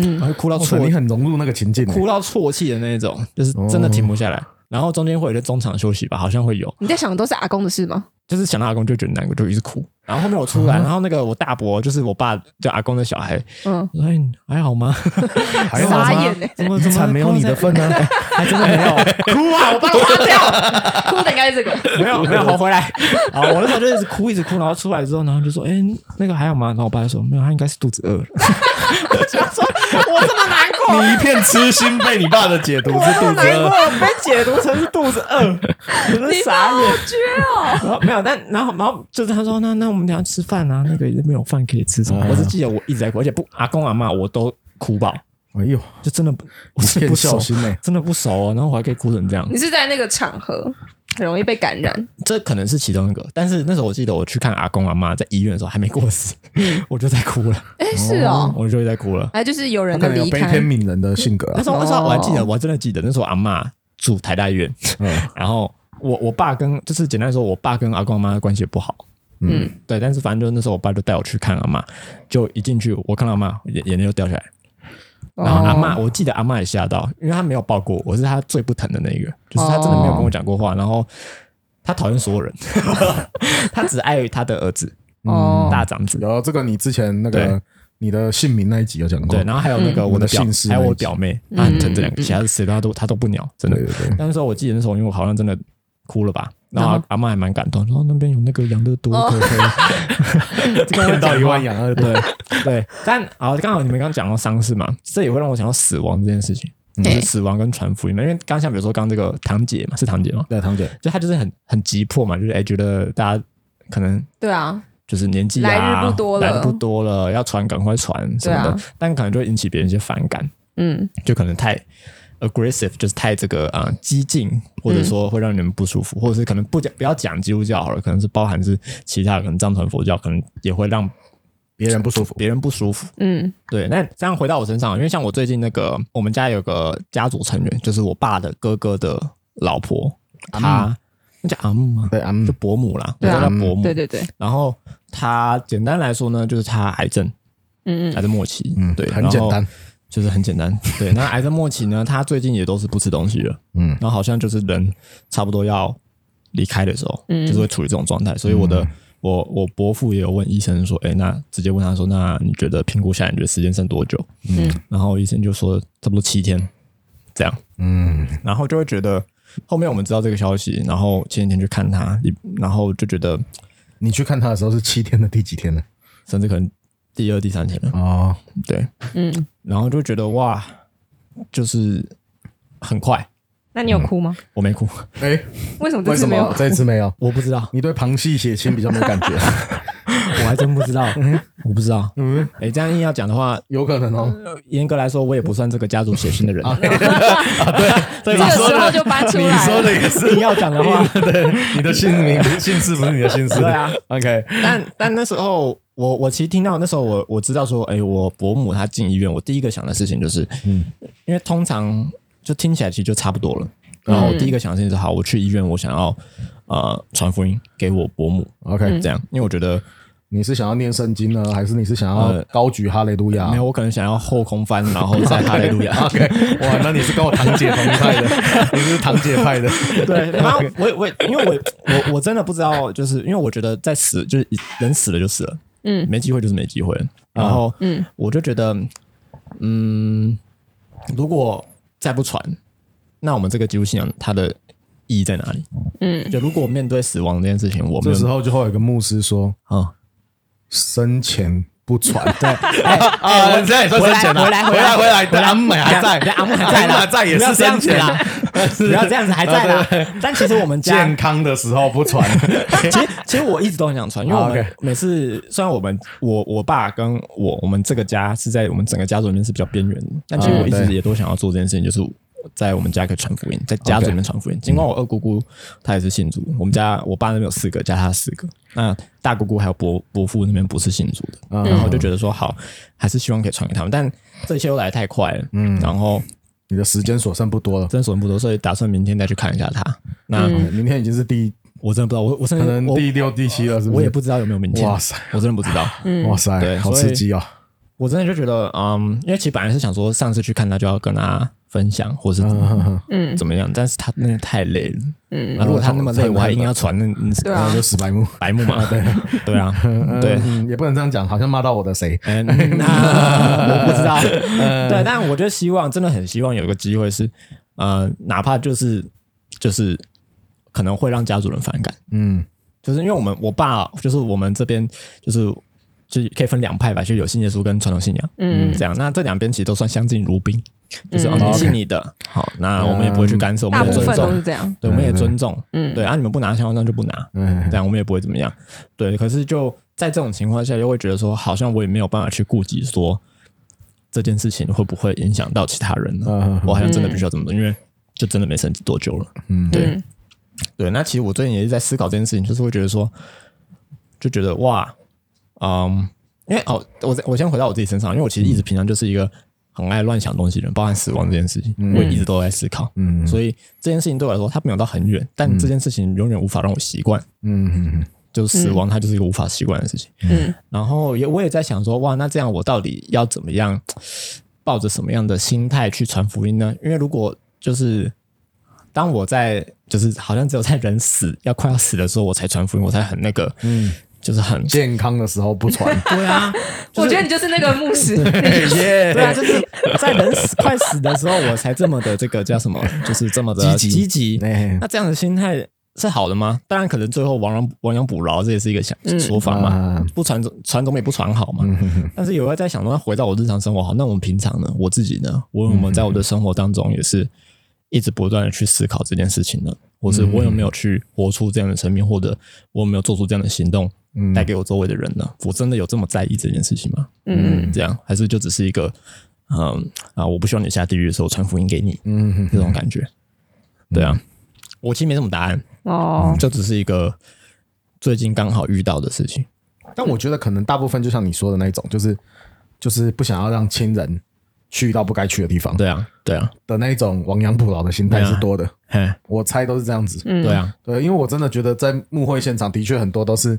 Speaker 1: 嗯
Speaker 3: 然后哭到
Speaker 4: 哇塞
Speaker 3: 啜
Speaker 4: 你很融入那个情境
Speaker 3: *laughs*
Speaker 4: 欸，
Speaker 3: 哭到啜泣的那种，就是真的停不
Speaker 4: 哦
Speaker 3: 下来。然后中间会有一个中场休息吧，好像会有，
Speaker 1: 你在想的都是阿公的事吗？
Speaker 3: 就是想到阿公就觉得难过，就一直哭。然后后面我出来，
Speaker 4: 嗯
Speaker 3: 然后那个我大伯就是我爸叫阿公的小孩，
Speaker 1: 嗯，
Speaker 3: 我说哎你还好吗？
Speaker 4: 还好
Speaker 1: 傻
Speaker 4: 吗
Speaker 1: 眼？欸
Speaker 3: 怎么
Speaker 4: 遗
Speaker 3: 怎么
Speaker 4: 产没有你的份啊
Speaker 3: *laughs*
Speaker 4: 呢？
Speaker 3: 还真的没有，哭啊！我爸
Speaker 1: 把我花掉， *laughs* 哭的应该是这个。
Speaker 3: *laughs* 没有没有好回来。啊，我那时候就一直哭一直哭，然后出来之后，然后就说哎那个还好吗？然后我爸就说没有，他应该是肚子饿了。我就说我这么难
Speaker 1: *laughs*
Speaker 3: 过，
Speaker 4: *laughs* 你一片痴心被你爸的解读是肚子
Speaker 3: 难
Speaker 4: 饿。
Speaker 3: 过被解读成是肚子饿，我是傻眼。
Speaker 1: 绝哦！
Speaker 3: 然后没有，但然后然后哦就是他说，那那我们等一下吃饭啊，那个那边有饭可以吃什么？我只记得我一直在哭，而且不阿公阿妈我都哭爆，
Speaker 4: 哎呦，
Speaker 3: 就真的不我
Speaker 4: 一
Speaker 3: 是
Speaker 4: 片
Speaker 3: 不
Speaker 4: 孝
Speaker 3: 熟，
Speaker 4: 心呢。
Speaker 3: 真的不熟、哦，然后我还可以哭成这样，
Speaker 1: 你是在那个场合很容易被感染，
Speaker 3: 这可能是其中一个。但是那时候我记得我去看阿公阿妈在医院的时候还没过世， *laughs* 我就在哭了，
Speaker 1: 哎，是哦，
Speaker 3: 我就在哭了。
Speaker 1: 哎，就是有
Speaker 4: 他
Speaker 1: 人
Speaker 4: 哦
Speaker 1: 的
Speaker 4: 可能有
Speaker 1: 离
Speaker 4: 悲
Speaker 1: 开
Speaker 4: 天，悯人的性格
Speaker 1: *laughs*
Speaker 4: 啊
Speaker 3: 那。时候那时候我还记得，我还真的记得那时候阿妈住台大医院，
Speaker 4: 嗯
Speaker 3: 然后我我爸跟就是简单说，我爸跟阿公阿妈的关系也不好。
Speaker 1: 嗯，
Speaker 3: 对，但是反正就那时候我爸就带我去看阿妈，就一进去我看到阿妈眼眼泪就掉下来，然后阿妈、
Speaker 1: 哦，
Speaker 3: 我记得阿妈也吓到，因为她没有抱过我，我是她最不疼的那一个，就是她真的没有跟我讲过话，然后她讨厌所
Speaker 1: *laughs*
Speaker 3: 有人，她只爱她的儿子、
Speaker 1: 哦
Speaker 3: 大长子，
Speaker 4: 然后这个你之前那个
Speaker 3: 对
Speaker 4: 你的姓名那一集有讲过
Speaker 3: 对，，然后还有那个我
Speaker 4: 嗯
Speaker 3: 的
Speaker 4: 我的
Speaker 3: 表
Speaker 4: 姓氏
Speaker 3: 还有
Speaker 4: 那
Speaker 3: 我
Speaker 4: 一集
Speaker 3: 表妹，啊她
Speaker 1: 嗯
Speaker 3: 很疼这两个，其他是谁她都她都不鸟，真的
Speaker 4: 对。对对，
Speaker 3: 但是说我记得那时候，因为我好像真的哭了吧，然后
Speaker 1: 然
Speaker 3: 阿阿妈还蛮感动，然后那边有那个养乐多可不可以？这个会
Speaker 4: 天道
Speaker 3: 讲
Speaker 4: 一
Speaker 3: 话
Speaker 4: 万养二对，
Speaker 3: 对对，但啊，刚好你们刚刚讲到丧事嘛，这也会让我想到死亡这件事情，就是死亡跟传福音嘛。因为刚像比如说刚刚这个堂姐嘛，是堂姐嘛，
Speaker 4: 对堂姐，
Speaker 3: 就她就是很很急迫嘛，就是哎、觉得大家可能
Speaker 1: 对啊，
Speaker 3: 就是年纪、啊、
Speaker 1: 来日不多了
Speaker 3: 来日不多了，要传赶快传什么
Speaker 1: 对
Speaker 3: 的，
Speaker 1: 啊
Speaker 3: 但可能就会引起别人一些反感，
Speaker 1: 嗯
Speaker 3: 就可能太 aggressive，就是太这个啊、呃激进，或者
Speaker 1: 嗯
Speaker 3: 说会让你们不舒服，或者是可能不讲不要讲基督教好了，可能是包含是其他可能藏传佛教，可能也会让
Speaker 4: 别人不舒服。
Speaker 3: 别人不舒服。
Speaker 1: 嗯
Speaker 3: 对，那这样回到我身上，因为像我最近那个，我们家有个家族成员，就是我爸的哥哥的老婆，她那叫阿木吗？
Speaker 4: 对，嗯
Speaker 3: 就，伯母啦，我
Speaker 4: 哦
Speaker 1: 对啊
Speaker 3: 叫她伯母。
Speaker 1: 对对对，
Speaker 3: 然后她简单来说呢，就是她癌症，
Speaker 1: 嗯
Speaker 3: 癌
Speaker 1: 嗯，
Speaker 3: 症末期，
Speaker 4: 嗯
Speaker 3: 对，
Speaker 4: 很简单
Speaker 3: 然后就是很简单。对，那癌症末期呢，他最近也都是不吃东西了，
Speaker 4: 嗯
Speaker 3: 嗯，然后好像就是人差不多要离开的时候，
Speaker 1: 嗯
Speaker 3: 就是会处于这种状态。所以我的、我我伯父也有问医生说，哎，那直接问他说，那你觉得评估下来，你觉得时间剩多久？嗯
Speaker 1: 嗯，
Speaker 3: 然后医生就说差不多七天，这样。
Speaker 4: 嗯，
Speaker 3: 然后就会觉得后面我们知道这个消息，然后前几天去看他，你然后就觉得
Speaker 4: 你去看他的时候是七天的第几天呢？
Speaker 3: 甚至可能第二、第三天了，
Speaker 4: 哦，
Speaker 3: 对，
Speaker 1: 嗯，
Speaker 3: 然后就觉得哇，就是很快，
Speaker 1: 那你有哭吗？
Speaker 3: 我没哭，
Speaker 4: 哎，
Speaker 1: 为什么这
Speaker 4: 为
Speaker 1: 次
Speaker 4: 什
Speaker 1: 没有
Speaker 4: 么？这一次没有？
Speaker 3: *laughs* 我不知道，
Speaker 4: 你对旁系血亲比较没感觉，
Speaker 3: 我还真不知道， *laughs* 我不知道，嗯，哎，这样硬要讲的话。
Speaker 4: 有可能哦。
Speaker 3: 呃严格来说，我也不算这个家族血亲的人。 *laughs* 啊
Speaker 1: 这
Speaker 3: 对
Speaker 1: 个时候就 *laughs* 搬出
Speaker 4: 你
Speaker 1: 来
Speaker 4: 说
Speaker 1: 了
Speaker 4: 的。也是，
Speaker 3: *laughs* 硬要讲的话，
Speaker 4: 对，你的姓
Speaker 3: *laughs*
Speaker 4: 名
Speaker 3: 啊
Speaker 4: 姓氏不是你的姓氏。
Speaker 3: 对啊
Speaker 4: ，OK，
Speaker 3: 但但那时候我我其实听到那时候我我知道说，哎、我伯母她进医院，我第一个想的事情就是，嗯，因为通常就听起来其实就差不多了。然后我第一个想的事情是，好，我去医院，我想要呃传福音给我伯母
Speaker 4: OK
Speaker 1: 嗯
Speaker 3: 这样，因为我觉得
Speaker 4: 你是想要念圣经呢，还是你是想要
Speaker 3: 呃
Speaker 4: 高举哈雷路亚？。
Speaker 3: 没有，我可能想要后空翻，然后再哈利路亚
Speaker 4: OK，哇，
Speaker 3: *laughs*
Speaker 4: 那你是跟我堂姐同派 *laughs* 的，你是堂姐派的。
Speaker 3: 对，然后我我因为我我我真的不知道，就是因为我觉得在死就是人死了就死了，
Speaker 1: 嗯，
Speaker 3: 没机会就是没机会。然后，
Speaker 1: 嗯
Speaker 3: 嗯，我就觉得，嗯，如果再不传，那我们这个基督信仰它的意义在哪里？
Speaker 1: 嗯
Speaker 3: 就如果面对死亡这件事情，我
Speaker 4: 这
Speaker 3: 们
Speaker 4: 时候就会有一个牧师说
Speaker 3: 啊，：“
Speaker 4: 生前不传。” *laughs* 对
Speaker 3: 哎
Speaker 4: 啊，你现在也算生前了，
Speaker 3: 回来
Speaker 4: 回
Speaker 3: 回
Speaker 4: 来
Speaker 3: 来
Speaker 4: 回来，对阿美还在，
Speaker 3: 阿姆还在啦，
Speaker 4: 阿姆在也
Speaker 3: 不要
Speaker 4: 是
Speaker 3: 这样
Speaker 4: 生
Speaker 3: 子
Speaker 4: 前
Speaker 3: 啦，
Speaker 4: *laughs*
Speaker 3: 不要这样子还在
Speaker 4: 啊对
Speaker 3: 啦。但其实我们家
Speaker 4: 健康的时候不传。
Speaker 3: 其实其实我一直都很想穿，因为我
Speaker 4: 啊
Speaker 3: 们
Speaker 4: ，OK
Speaker 3: 每次虽然我们我我爸跟我我们这个家是在我们整个家族里面是比较边缘的，但其实
Speaker 4: 嗯
Speaker 3: 我一直
Speaker 4: 对
Speaker 3: 也都想要做这件事情，就是在我们家可以传福音，在家族里面传福音。尽管我二姑姑她也是信主，我们家我爸那边有四个，加她四个，那大姑姑还有伯伯父那边不是信主的，
Speaker 4: 嗯
Speaker 3: 然后我就觉得说好，还是希望可以传给他们，但这一切都来得太快了，嗯，然后
Speaker 4: *laughs* 你的时间所剩不多了，哦
Speaker 3: 真所不多，所以打算明天再去看一下他。那、
Speaker 4: 明天已经是第
Speaker 3: 我真的不知道，我我甚
Speaker 4: 嗯可
Speaker 3: 至
Speaker 4: 能
Speaker 3: 我
Speaker 4: 第六、第七了，是不是？嗯
Speaker 3: 我也不知道有没有明天。
Speaker 4: 哇塞，
Speaker 3: 我真的不知道。
Speaker 4: 哇塞，
Speaker 3: 对
Speaker 4: 好
Speaker 3: 所以
Speaker 4: 刺激哦！
Speaker 3: 我真的就觉得，嗯，因为其实本来是想说上次去看他就要跟他分享，或是
Speaker 1: 嗯
Speaker 3: 怎么样，但是他那太累了。
Speaker 1: 嗯
Speaker 3: 那如果他那么累，
Speaker 4: 嗯
Speaker 3: 我还硬要传，那
Speaker 1: 对
Speaker 3: 那
Speaker 1: 啊
Speaker 4: 那就死白目。
Speaker 3: 白
Speaker 1: *laughs*
Speaker 3: 目嘛？对对啊，对。
Speaker 4: 嗯，也不能这样讲，好像骂到我的谁。
Speaker 3: 嗯，那我不知道，对，但我就希望，真的很希望有一个机会是，呃，哪怕就是就是可能会让家族人反感，
Speaker 4: 嗯，
Speaker 3: 就是因为我们我爸就是我们这边就是就是可以分两派吧，就有信耶稣跟传统信仰，嗯，
Speaker 1: 嗯
Speaker 3: 这样。那这两边其实都算相敬如宾，就是哦，
Speaker 1: 嗯
Speaker 3: 你信你的，好，那我们也不会去干涉，我
Speaker 1: 大
Speaker 3: 们也
Speaker 1: 部分
Speaker 3: 尊
Speaker 1: 都是
Speaker 3: 重，
Speaker 1: 这样。
Speaker 3: 对，我们也尊重，
Speaker 1: 嗯
Speaker 3: 对啊，你们不拿香那就不拿，
Speaker 4: 嗯
Speaker 3: 这样我们也不会怎么样，对。可是就在这种情况下，又会觉得说，好像我也没有办法去顾及说这件事情会不会影响到其他人呢？
Speaker 4: 嗯
Speaker 3: 我好像真的必须要这么做，因为就真的没剩多久了。
Speaker 1: 嗯
Speaker 3: 对，那其实我最近也是在思考这件事情，就是会觉得说，就觉得哇，嗯，因为哦，我我先回到我自己身上，因为我其实一
Speaker 4: 嗯
Speaker 3: 直平常就是一个很爱乱想东西的人，包含死亡这件事情，我也一直都在思考，
Speaker 4: 嗯
Speaker 3: 所以这件事情对我来说，它没有到很远，但这件事情永远无法让我习惯，
Speaker 4: 嗯
Speaker 3: 就是死亡，它就是一个无法习惯的事情。
Speaker 1: 嗯
Speaker 3: 然后也我也在想说，哇，那这样我到底要怎么样，抱着什么样的心态去传福音呢？因为如果就是当我在就是好像只有在人死要快要死的时候，我才传福音，我才很那个，嗯，就是很
Speaker 4: 健康的时候不 *laughs* 传。
Speaker 3: 对 *laughs* 啊，
Speaker 1: 我觉得你就是那
Speaker 4: *laughs*
Speaker 1: 个牧师，
Speaker 3: *laughs*
Speaker 4: 耶
Speaker 3: 对啊，就是在人死快死的时候，我才这么的这个叫什 *laughs* 么，就是这么的
Speaker 4: 积极
Speaker 3: 积极，
Speaker 4: 哎
Speaker 3: 那这样的心态是好的吗？当然，可能最后亡羊亡羊补牢，这也是一个想说法嘛。
Speaker 4: 啊
Speaker 3: 不传总传总比不传好嘛。
Speaker 4: 嗯
Speaker 3: 但是有在在想说，那回到我日常生活好，那我们平常呢？我自己呢？我有没有在我的生活当中也是一直不断的去思考这件事情呢？或是我有没有去活出这样的生命，或者我有没有做出这样的行动，带给我周围的人呢？我真的有这么在意这件事情吗？
Speaker 1: 嗯，
Speaker 3: 这样还是就只是一个，嗯啊，我不希望你下地狱的时候传福音给你，嗯，这种感觉，对啊，我其实没什么答案，
Speaker 1: 哦，
Speaker 3: 就只是一个最近刚好遇到的事情，
Speaker 4: 但我觉得可能大部分就像你说的那一种，就是就是不想要让亲人去到不该去的地方
Speaker 3: 对啊，对啊，
Speaker 4: 的那一种亡羊补牢的心态是多的。
Speaker 3: 嘿，
Speaker 4: 我猜都是这样子。
Speaker 1: 嗯
Speaker 3: 对啊，
Speaker 4: 对，因为我真的觉得在幕会现场的确很多都是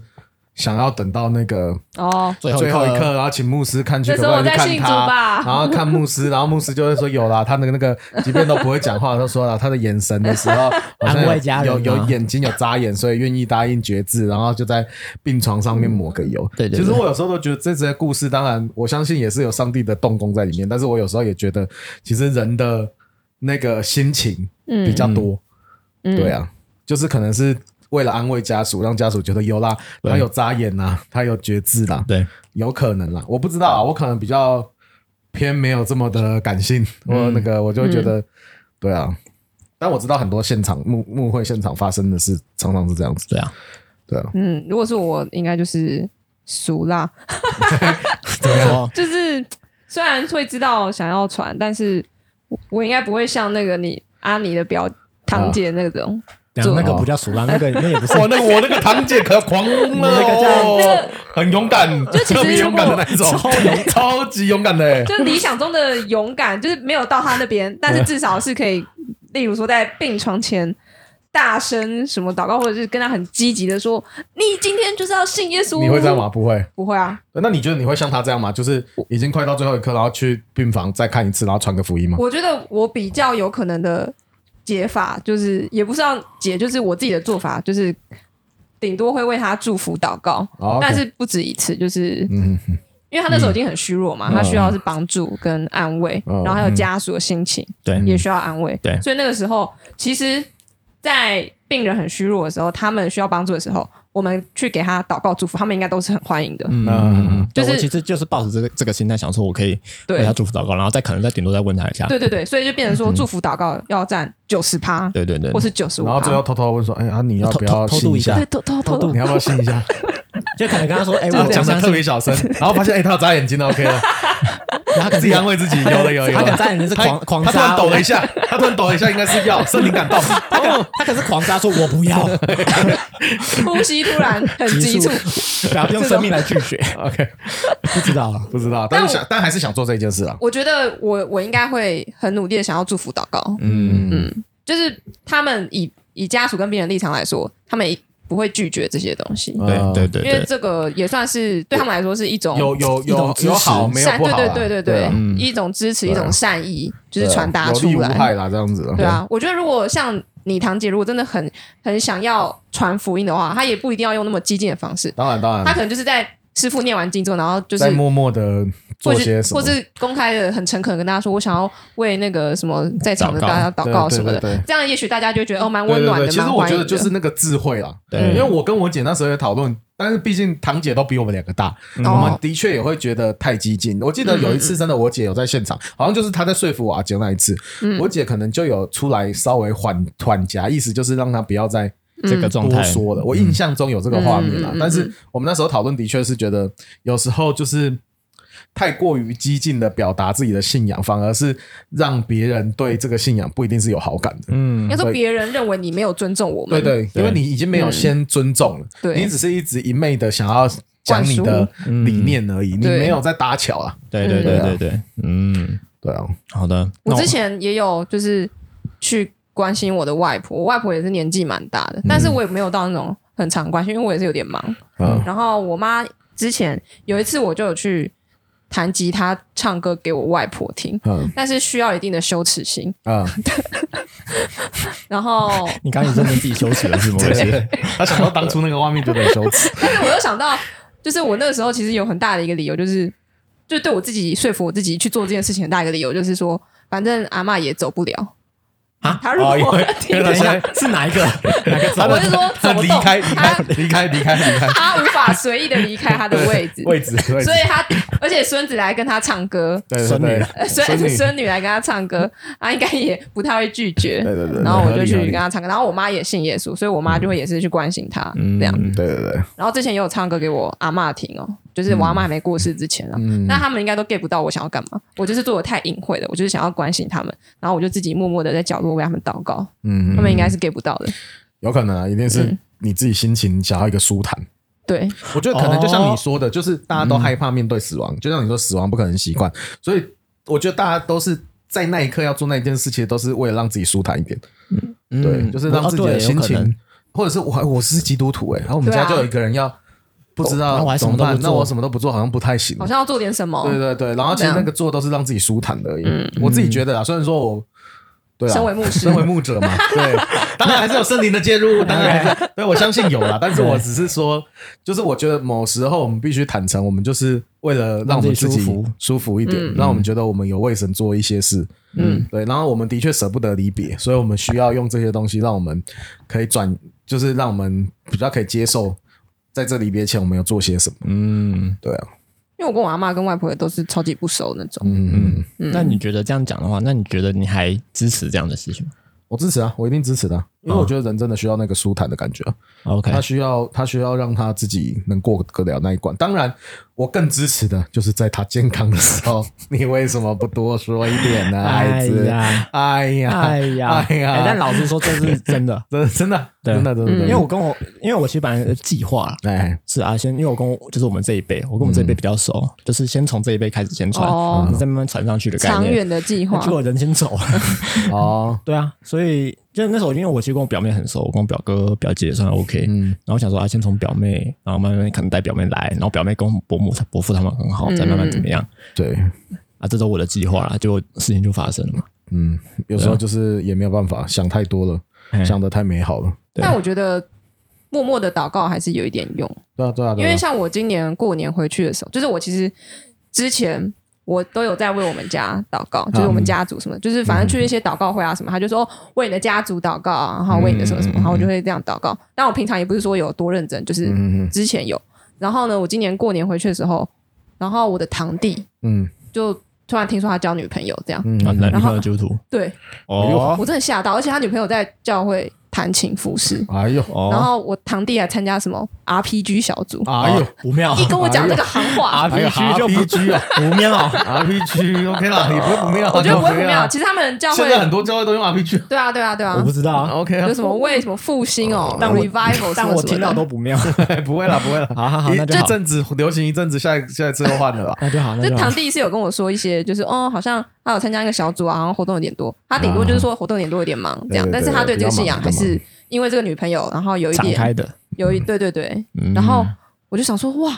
Speaker 4: 想要等到那个
Speaker 1: 哦，
Speaker 3: 最
Speaker 4: 最后一
Speaker 3: 刻
Speaker 4: 刻，然后请牧师看去
Speaker 1: 那
Speaker 4: 可
Speaker 1: 时
Speaker 4: 不
Speaker 1: 候
Speaker 4: 可
Speaker 1: 我
Speaker 4: 以
Speaker 1: 在
Speaker 4: 去看
Speaker 1: 信主
Speaker 4: 他，
Speaker 1: 吧
Speaker 4: 然后看牧师，然后牧师就会说有啦，他那个那个，即便都不会讲话，他说了他的眼神的时候，好像
Speaker 3: 安慰
Speaker 4: 有
Speaker 3: 家人啊
Speaker 4: 有
Speaker 3: 吗
Speaker 4: 有眼睛有眨眼，所以愿意答应绝志，然后就在病床上面抹个油。
Speaker 3: 对对
Speaker 4: 其实
Speaker 3: 对
Speaker 4: 我有时候都觉得这些故事，当然我相信也是有上帝的动工在里面，但是我有时候也觉得，其实人的那个心情
Speaker 1: 嗯
Speaker 4: 比较多，
Speaker 1: 嗯
Speaker 4: 对，啊，就是可能是。为了安慰家属，让家属觉得有啦，他
Speaker 3: 对
Speaker 4: 有眨眼呐、他有觉知啦，
Speaker 3: 对，
Speaker 4: 有可能啦，我不知道啊，我可能比较偏没有这么的感性，我、那个我就会觉
Speaker 1: 嗯
Speaker 4: 得，对啊。但我知道很多现场幕幕会现场发生的事，常常是这样子，
Speaker 3: 对啊，
Speaker 4: 对啊，
Speaker 1: 嗯，如果是我，应该就是俗辣，
Speaker 3: 怎么说？
Speaker 1: 就是虽然会知道想要传，但是我我应该不会像那个你阿尼的表堂姐那种，
Speaker 4: 啊
Speaker 3: 等啊下那个不叫熟烂，那个那 *laughs* 也不是
Speaker 4: 哇，那个我那个堂姐可狂了哦，很勇敢，
Speaker 1: 就其实
Speaker 4: 特别勇敢的那一种，
Speaker 1: 如
Speaker 4: 超超级勇敢的、欸，
Speaker 1: 就理想中的勇敢， *laughs* 就是没有到他那边，但是至少是可以，例如说在病床前。大声什么祷告，或者是跟他很积极的说：“你今天就是要信耶稣。”
Speaker 4: 你会这样吗？？不会。
Speaker 1: 不会啊，
Speaker 4: 那你觉得你会像他这样吗？就是已经快到最后一刻，然后去病房再看一次，然后传个福音吗？
Speaker 1: 我觉得我比较有可能的解法，就是也不是要解，就是我自己的做法，就是顶多会为他祝福祷告，
Speaker 4: 哦，OK
Speaker 1: 但是不止一次，就是
Speaker 4: 嗯，嗯
Speaker 1: 因为他那时候已经很虚弱嘛，
Speaker 4: 嗯
Speaker 1: 他需要是帮助跟安慰，
Speaker 4: 嗯
Speaker 1: 然后还有家属的心情、
Speaker 3: 对，
Speaker 1: 也需要安慰。
Speaker 3: 对
Speaker 1: 所以那个时候，其实，在病人很虚弱的时候，他们需要帮助的时候，我们去给他祷告祝福，他们应该都是很欢迎的。
Speaker 3: 嗯
Speaker 4: 嗯嗯
Speaker 3: 嗯，
Speaker 1: 就
Speaker 3: 就是是其实就是抱着这个这个心态，想说我可以为
Speaker 1: 对
Speaker 3: 他祝福祷告，然后再可能再顶多再问他一下，
Speaker 1: 对对对，所以就变成
Speaker 4: 嗯
Speaker 1: 说，祝福祷告要占九十趴，
Speaker 3: 对对对
Speaker 1: 或，是九十五
Speaker 4: 然后最后
Speaker 1: 趴。
Speaker 4: 偷偷问说：“哎、啊，你要
Speaker 3: 偷
Speaker 4: 不要
Speaker 3: 偷偷
Speaker 4: 信
Speaker 3: 渡一下
Speaker 1: 对，偷偷偷
Speaker 4: 你要不要信一下？”
Speaker 3: 就可能跟他说，哎，
Speaker 4: 我
Speaker 3: 我
Speaker 4: 讲的
Speaker 3: 的
Speaker 4: 特别，
Speaker 3: *laughs*
Speaker 4: 小声，然后发现哎、他有眨眼睛了，OK 了，
Speaker 3: 然后他可能
Speaker 4: 自己安慰自己，有了有了有
Speaker 3: 他可能
Speaker 4: 了。
Speaker 3: 眨眼睛是
Speaker 4: 他
Speaker 3: 狂狂哦
Speaker 4: 他突然
Speaker 3: 杀，
Speaker 4: 抖了一下，他突然抖了一下，应该是要圣灵
Speaker 3: *laughs*
Speaker 4: 感动。哦
Speaker 3: 他可他可是狂杀，说我不
Speaker 4: *laughs*
Speaker 3: 要，
Speaker 1: 呼吸突然很急促，
Speaker 3: 然啊后用生命来拒绝，
Speaker 4: OK，
Speaker 3: *laughs* 不知道啊，
Speaker 4: 不知道，但是想，但还是想做这件事啊。
Speaker 1: 我觉得我我应该会很努力的想要祝福祷告，
Speaker 4: 嗯
Speaker 1: 就是他们以以家属跟病人立场来说，他们不会拒绝这些东西，
Speaker 4: 嗯
Speaker 3: 对对对
Speaker 1: 因为
Speaker 3: 对，
Speaker 1: 这个也算是对他们来说是一种
Speaker 4: 有有
Speaker 3: 一种
Speaker 4: 有
Speaker 3: 支持
Speaker 4: 有好没有
Speaker 1: 善，
Speaker 4: 不
Speaker 1: 对
Speaker 4: 好
Speaker 1: 对
Speaker 4: 啦，
Speaker 1: 对对
Speaker 4: 对啊，
Speaker 3: 嗯
Speaker 1: 一种支持，
Speaker 4: 对
Speaker 1: 一
Speaker 4: 啊
Speaker 1: 种善意，就是传达
Speaker 4: 有利
Speaker 1: 出
Speaker 4: 无害
Speaker 1: 来。
Speaker 4: 啦，这样子。
Speaker 1: 对，啊，我觉得如果像你堂姐，如果真的很很想要传福音的话，她也不一定要用那么激进的方式，
Speaker 4: 当然当
Speaker 1: 她
Speaker 4: 然，
Speaker 1: 可能就是在师傅念完经之后，然后就是
Speaker 4: 嗯在默默的做
Speaker 1: 或
Speaker 4: 些
Speaker 1: 是
Speaker 4: 什么
Speaker 1: 或，是公开的很诚恳地跟大家说，我想要为那个什么在场的大家祷告
Speaker 4: 对对
Speaker 1: 什么
Speaker 4: 对
Speaker 1: 的
Speaker 4: 对，
Speaker 1: 这样也许大家就觉得哦蛮
Speaker 4: 对
Speaker 1: 温
Speaker 4: 对
Speaker 1: 暖
Speaker 4: 对。
Speaker 1: 的，
Speaker 4: 其实
Speaker 1: 蛮
Speaker 4: 我
Speaker 1: 欢
Speaker 4: 觉
Speaker 1: 迎
Speaker 4: 得
Speaker 1: 的。
Speaker 4: 就是那个智慧啦，
Speaker 3: 对
Speaker 4: 因为我跟我姐那时候也讨论，但是毕竟堂姐都比我们两个大，我们
Speaker 1: 哦，嗯
Speaker 4: 的确也会觉得太激进。我记得有一次，真的我姐有在现场，好像就是她在说服我阿姐那一次，
Speaker 1: 嗯
Speaker 4: 我姐可能就有出来稍微缓缓夹，意思就是让她不要再
Speaker 3: 嗯这个状
Speaker 4: 多
Speaker 3: 态，
Speaker 4: 说了。我印象中有这个画面啦
Speaker 1: 嗯嗯嗯嗯，
Speaker 4: 但是我们那时候讨论的确是觉得有时候就是。太过于激进的表达自己的信仰，反而是让别人对这个信仰不一定是有好感的。
Speaker 3: 嗯
Speaker 1: 应该，说
Speaker 4: 对
Speaker 1: 别人认为你没有尊重我
Speaker 4: 对
Speaker 1: 们，
Speaker 4: 对，因为你已经没有先尊重了，
Speaker 1: 嗯对
Speaker 4: 你只是一直一昧的想要讲你的理念而已，你
Speaker 1: 对
Speaker 4: 没有在搭桥啊。
Speaker 3: 对对对对对，嗯，
Speaker 4: 对啊，
Speaker 3: 好的，
Speaker 1: 我
Speaker 3: 那
Speaker 1: 之前也有就是去关心我的外婆，我外婆也是年纪蛮大的，但是我也没有到那种很常关心，因为我也是有点忙。
Speaker 4: 嗯
Speaker 1: 然后我妈之前有一次我就有去弹吉他唱歌给我外婆听，
Speaker 4: 嗯
Speaker 1: 但是需要一定的羞耻心。
Speaker 4: 嗯，
Speaker 1: 然后，
Speaker 3: 你刚刚你认为自己羞耻了是吗？ *laughs* 我姐
Speaker 4: 他想到当初那个画面觉得很羞耻，
Speaker 1: 但是我又想到，就是我那个时候其实有很大的一个理由，就是就对我自己说服我自己去做这件事情很大一个理由，就是说反正阿嬷也走不了。*laughs*
Speaker 3: 啊
Speaker 1: 她
Speaker 4: 哦
Speaker 1: 如果听
Speaker 3: 等一下哎是哪一个？哪
Speaker 1: *laughs*
Speaker 3: 个
Speaker 1: 我是说走
Speaker 4: 他
Speaker 1: 不
Speaker 4: 离
Speaker 1: 动，啊
Speaker 4: 开离开
Speaker 1: 她
Speaker 4: 离开离开
Speaker 1: *laughs*
Speaker 4: 离开，
Speaker 1: 他无法随意的离开他的位置
Speaker 4: 位置位置
Speaker 1: 所，以他而且孙子来跟他唱歌，
Speaker 4: 对对
Speaker 3: 孙女
Speaker 4: 对
Speaker 1: 呃孙
Speaker 4: 孙女
Speaker 1: 孙女来跟他唱歌，他应该也不太会拒绝。
Speaker 4: 对对对，
Speaker 1: 然后我
Speaker 4: 合
Speaker 1: 就
Speaker 4: 理
Speaker 1: 去
Speaker 4: 合理
Speaker 1: 跟他唱歌，然后我妈也信耶稣，所以我妈就会也是去关心他
Speaker 4: 嗯
Speaker 1: 这样。
Speaker 4: 对对对，
Speaker 1: 然后之前也有唱歌给我阿嬷听哦，就是我阿嬷还没过世之前啊，那他们应该都 get 不到我想要干嘛，我就是做的太隐晦了，我就是想要关心他们，然后我就自己默默的在角落为他们祷告，
Speaker 4: 嗯，
Speaker 1: 他们应该是 get 不到的。
Speaker 4: 有可能啊，一定是你自己心情想要一个舒坦。
Speaker 1: 对，
Speaker 4: 我觉得可能就像你说的，就是大家都害怕面对死亡，就像你说死亡不可能习惯，所以我觉得大家都是在那一刻要做那一件事，其实都是为了让自己舒坦一点。
Speaker 3: 嗯哦
Speaker 4: 对，就是让自己的心情，或者是我我是基督徒哎、然后我们
Speaker 1: 对啊
Speaker 4: 家就有一个人要不知道
Speaker 3: 那我还什
Speaker 4: 怎
Speaker 3: 么
Speaker 4: 么
Speaker 3: 都不
Speaker 4: 办，
Speaker 3: 做
Speaker 4: 那我什么都不做好像不太行。
Speaker 1: 好像要做点什么。
Speaker 4: 对对对，然后其实那个做都是让自己舒坦的而已。我自己觉得啊，虽然说我对啊，
Speaker 1: 身为牧师
Speaker 4: 身为牧者嘛，对，当然还是有森林的介入，当然还是对我相信有啦，但是我只是说，就是我觉得某时候我们必须坦诚，我们就是为了让我们自己
Speaker 3: 让自己舒服
Speaker 4: 舒服一点，让我们觉得我们有为神做一些事。嗯，对，然后我们的确舍不得离别，所以我们需要用这些东西，让我们可以转，就是让我们比较可以接受，在这离别前我们有做些什么。
Speaker 3: 嗯，
Speaker 4: 对啊，
Speaker 1: 因为我跟我阿妈跟外婆也都是超级不熟那种。
Speaker 4: 嗯嗯，
Speaker 3: 那你觉得这样讲的话，那你觉得你还支持这样的事情吗
Speaker 4: 我支持啊，我一定支持的啊、
Speaker 3: 嗯
Speaker 4: 因为我觉得人真的需要那个舒坦的感觉啊、
Speaker 3: ？OK，
Speaker 4: 他需要他需要让他自己能过得了那一关。当然，我更支持的就是在他健康的时候， *laughs* 你为什么不多说一点呢，孩子？
Speaker 3: 呀，
Speaker 4: 哎呀，
Speaker 3: 哎呀，
Speaker 4: 哎呀，
Speaker 3: 哎但老实说，这是真的
Speaker 4: 真的真的啊
Speaker 3: 对
Speaker 4: 真的真的，
Speaker 3: 因
Speaker 1: 嗯
Speaker 4: 因
Speaker 3: 为我跟我，因为我其实本来有计划啦
Speaker 4: 哎，
Speaker 3: 是啊，先因为我跟我就是我们这一辈，我跟我们这一辈比较熟，就是先从这一辈开始先传，
Speaker 1: 哦
Speaker 3: 然后再慢慢传上去的概念。
Speaker 1: 长远的计划
Speaker 3: 结，果人先走了，
Speaker 4: 哦，
Speaker 3: 对啊，所以就那时候，因为我其实跟我表妹很熟，我跟我表哥表姐也算 OK，嗯，然后我想说啊，先从表妹，然后慢慢可能带表妹来，然后表妹跟伯母、伯父他们很好，再慢慢怎么样、
Speaker 4: 对，
Speaker 3: 啊，这都我的计划啦，结果事情就发生了嘛。
Speaker 4: 嗯，有
Speaker 3: 啊
Speaker 4: 时候就是也没有办法，想太多了，
Speaker 3: 哎
Speaker 4: 想的太美好了。
Speaker 3: *laughs* 对
Speaker 1: 但我觉得默默的祷告还是有一点用，
Speaker 4: 对啊，对啊，对
Speaker 1: 因
Speaker 4: 啊
Speaker 1: 为像我今年过年回去的时候，就是我其实之前。我都有在为我们家祷告，
Speaker 4: 嗯
Speaker 1: 就是我们家族什么，就是反正去一些祷告会啊什么，他就说、哦为你的家族祷告啊，然后为你的什么
Speaker 4: 嗯
Speaker 1: 什么，然后我就会这样祷告。但我平常也不是说有多认真，就是
Speaker 4: 嗯嗯
Speaker 1: 之前有。然后呢，我今年过年回去的时候，然后我的堂弟
Speaker 4: 嗯
Speaker 1: 就突然听说他交女朋友，这样、
Speaker 3: 啊，
Speaker 4: 嗯，
Speaker 3: 男女
Speaker 1: 然后
Speaker 3: 朋友基督徒
Speaker 1: 对
Speaker 3: 哦
Speaker 1: 我真的吓到，而且他女朋友在教会弹琴服饰，
Speaker 4: 哎呦，
Speaker 1: 然
Speaker 3: 哦，
Speaker 1: 后我堂弟还参加什么 RPG 小组，
Speaker 4: 哎呦。
Speaker 3: 五秒
Speaker 1: 一跟我讲这个行话，
Speaker 4: 哎呦
Speaker 3: RPG 就 *laughs* 不
Speaker 4: RPG 啊
Speaker 3: 五
Speaker 1: *laughs*
Speaker 3: 秒
Speaker 4: RPG OK 啦，你不会不妙啊，
Speaker 1: 我觉得不会
Speaker 4: 你
Speaker 1: 不妙。其实他们教会
Speaker 4: 现在很多教会都用 RPG，
Speaker 1: 对啊对啊对啊
Speaker 3: 我不，知道啊，
Speaker 4: *laughs* OK 啊
Speaker 1: 有，什么为什么复兴哦，
Speaker 3: 但我
Speaker 1: revival 什
Speaker 3: 但
Speaker 1: 么
Speaker 3: 我
Speaker 1: 什
Speaker 3: 听到
Speaker 1: 么
Speaker 3: 都
Speaker 1: 的，
Speaker 3: 不妙，
Speaker 4: 不会啦，不会啦，
Speaker 3: 好好好
Speaker 4: 一
Speaker 3: 那就好。
Speaker 4: 这阵子流行一阵子，下一下一次又换了啦
Speaker 3: *laughs* 那就好，那
Speaker 1: 就
Speaker 3: 就好
Speaker 1: 堂。弟是有跟我说一些，就是哦，好像他有参加一个小组啊，好像活动有点多。他顶多就是说活动有点多，有点忙这样
Speaker 4: 对，对
Speaker 1: 但是他对这个信仰
Speaker 4: 比较
Speaker 1: 还
Speaker 4: 忙
Speaker 1: 是因为这个女朋友，然后有一
Speaker 3: 敞
Speaker 1: 点
Speaker 3: 开的，
Speaker 1: 有一对对对
Speaker 3: 嗯，
Speaker 1: 然后我就想说哇，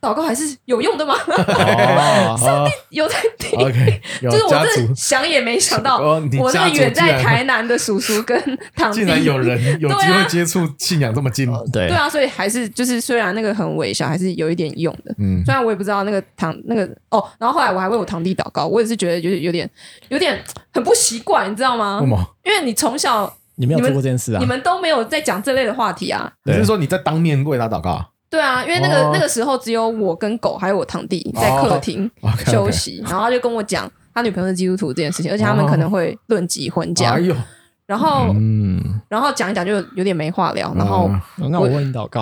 Speaker 1: 祷告还是有用的吗？ *laughs*
Speaker 4: 哦
Speaker 1: 有在听。
Speaker 4: ，OK，有哦
Speaker 1: 就是我
Speaker 4: 家
Speaker 1: 真
Speaker 4: 族
Speaker 1: 的想也没想到，
Speaker 4: 哦你
Speaker 1: 我
Speaker 4: 家
Speaker 1: 那
Speaker 4: 族
Speaker 1: 个远
Speaker 4: 竟然
Speaker 1: 在台南的叔叔
Speaker 4: *laughs*
Speaker 1: 跟堂弟
Speaker 4: 竟，然有人有机
Speaker 1: 对啊
Speaker 4: 会接触信仰这么近，
Speaker 3: 对
Speaker 1: 对啊，所以还是就是虽然那个很微小，还是有一点用的。
Speaker 4: 嗯
Speaker 1: 虽然我也不知道那个堂那个哦，然后后来我还为我堂弟祷告，我也是觉得有点有点有点很不习惯，你知道吗
Speaker 4: 为什？么？
Speaker 1: 因为你从小
Speaker 3: 你没有做过这件事啊
Speaker 1: 你？们都没有在讲这类的话题啊。
Speaker 4: 你
Speaker 3: 对
Speaker 4: 是说你在当面为他祷告啊
Speaker 1: 对啊，因为那个、
Speaker 4: 哦
Speaker 1: 那个时候只有我跟狗还有我堂弟在客厅
Speaker 4: 哦？OK，OK
Speaker 1: 休息，然后他就跟我讲他女朋友是基督徒这件事情，而且他们可能会论及婚嫁
Speaker 4: 哦哎。呦，
Speaker 1: 然后
Speaker 3: 嗯，
Speaker 1: 然后讲一讲就有点没话聊，然后
Speaker 4: 嗯
Speaker 3: 那我为你祷告，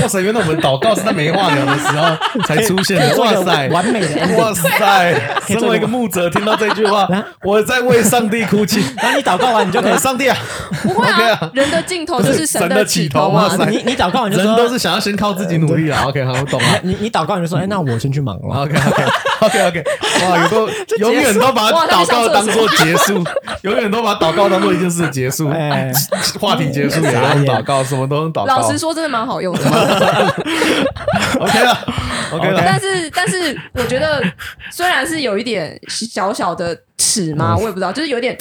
Speaker 4: 哇塞，原来我们祷告是在没话聊的时候才出
Speaker 3: *laughs*
Speaker 4: 现的，
Speaker 3: 做一
Speaker 4: 哇
Speaker 3: 个
Speaker 4: 塞，
Speaker 3: 完美的 ending
Speaker 4: 哇塞，
Speaker 3: 可以做一个
Speaker 4: 身为一个牧者，听到这句话
Speaker 3: 啊，
Speaker 4: 我在为上帝哭泣。
Speaker 3: 然后你祷告完你就可以
Speaker 4: 上帝啊，
Speaker 1: 不会
Speaker 4: OK
Speaker 1: 啊
Speaker 4: 啊，
Speaker 1: 人的尽头就是神
Speaker 4: 神的
Speaker 1: 起
Speaker 4: 起头
Speaker 1: 嘛 *laughs*
Speaker 4: 哇塞。
Speaker 3: 你你祷告你就
Speaker 4: 人
Speaker 3: 说
Speaker 4: 都是想要先靠自己努力啊。OK，好，我懂了。
Speaker 3: 你你祷告你就说，哎，那我先去忙了。
Speaker 4: OK OK OK OK，哇，有都永远都把
Speaker 1: 哇
Speaker 4: 祷告
Speaker 1: 他
Speaker 4: 当
Speaker 1: 们上厕
Speaker 4: 做结束，永远都把祷告当做一件事结束，
Speaker 3: 哎，
Speaker 4: 话题结束也
Speaker 3: 傻
Speaker 4: 用
Speaker 3: 眼
Speaker 4: 祷告，什么都用祷告。
Speaker 1: 老实说，真的蛮好用的。
Speaker 4: ，OK 了，OK 了，
Speaker 1: 但是，但是我觉得虽然是有一点小小的耻嘛，我也不知道，就是有点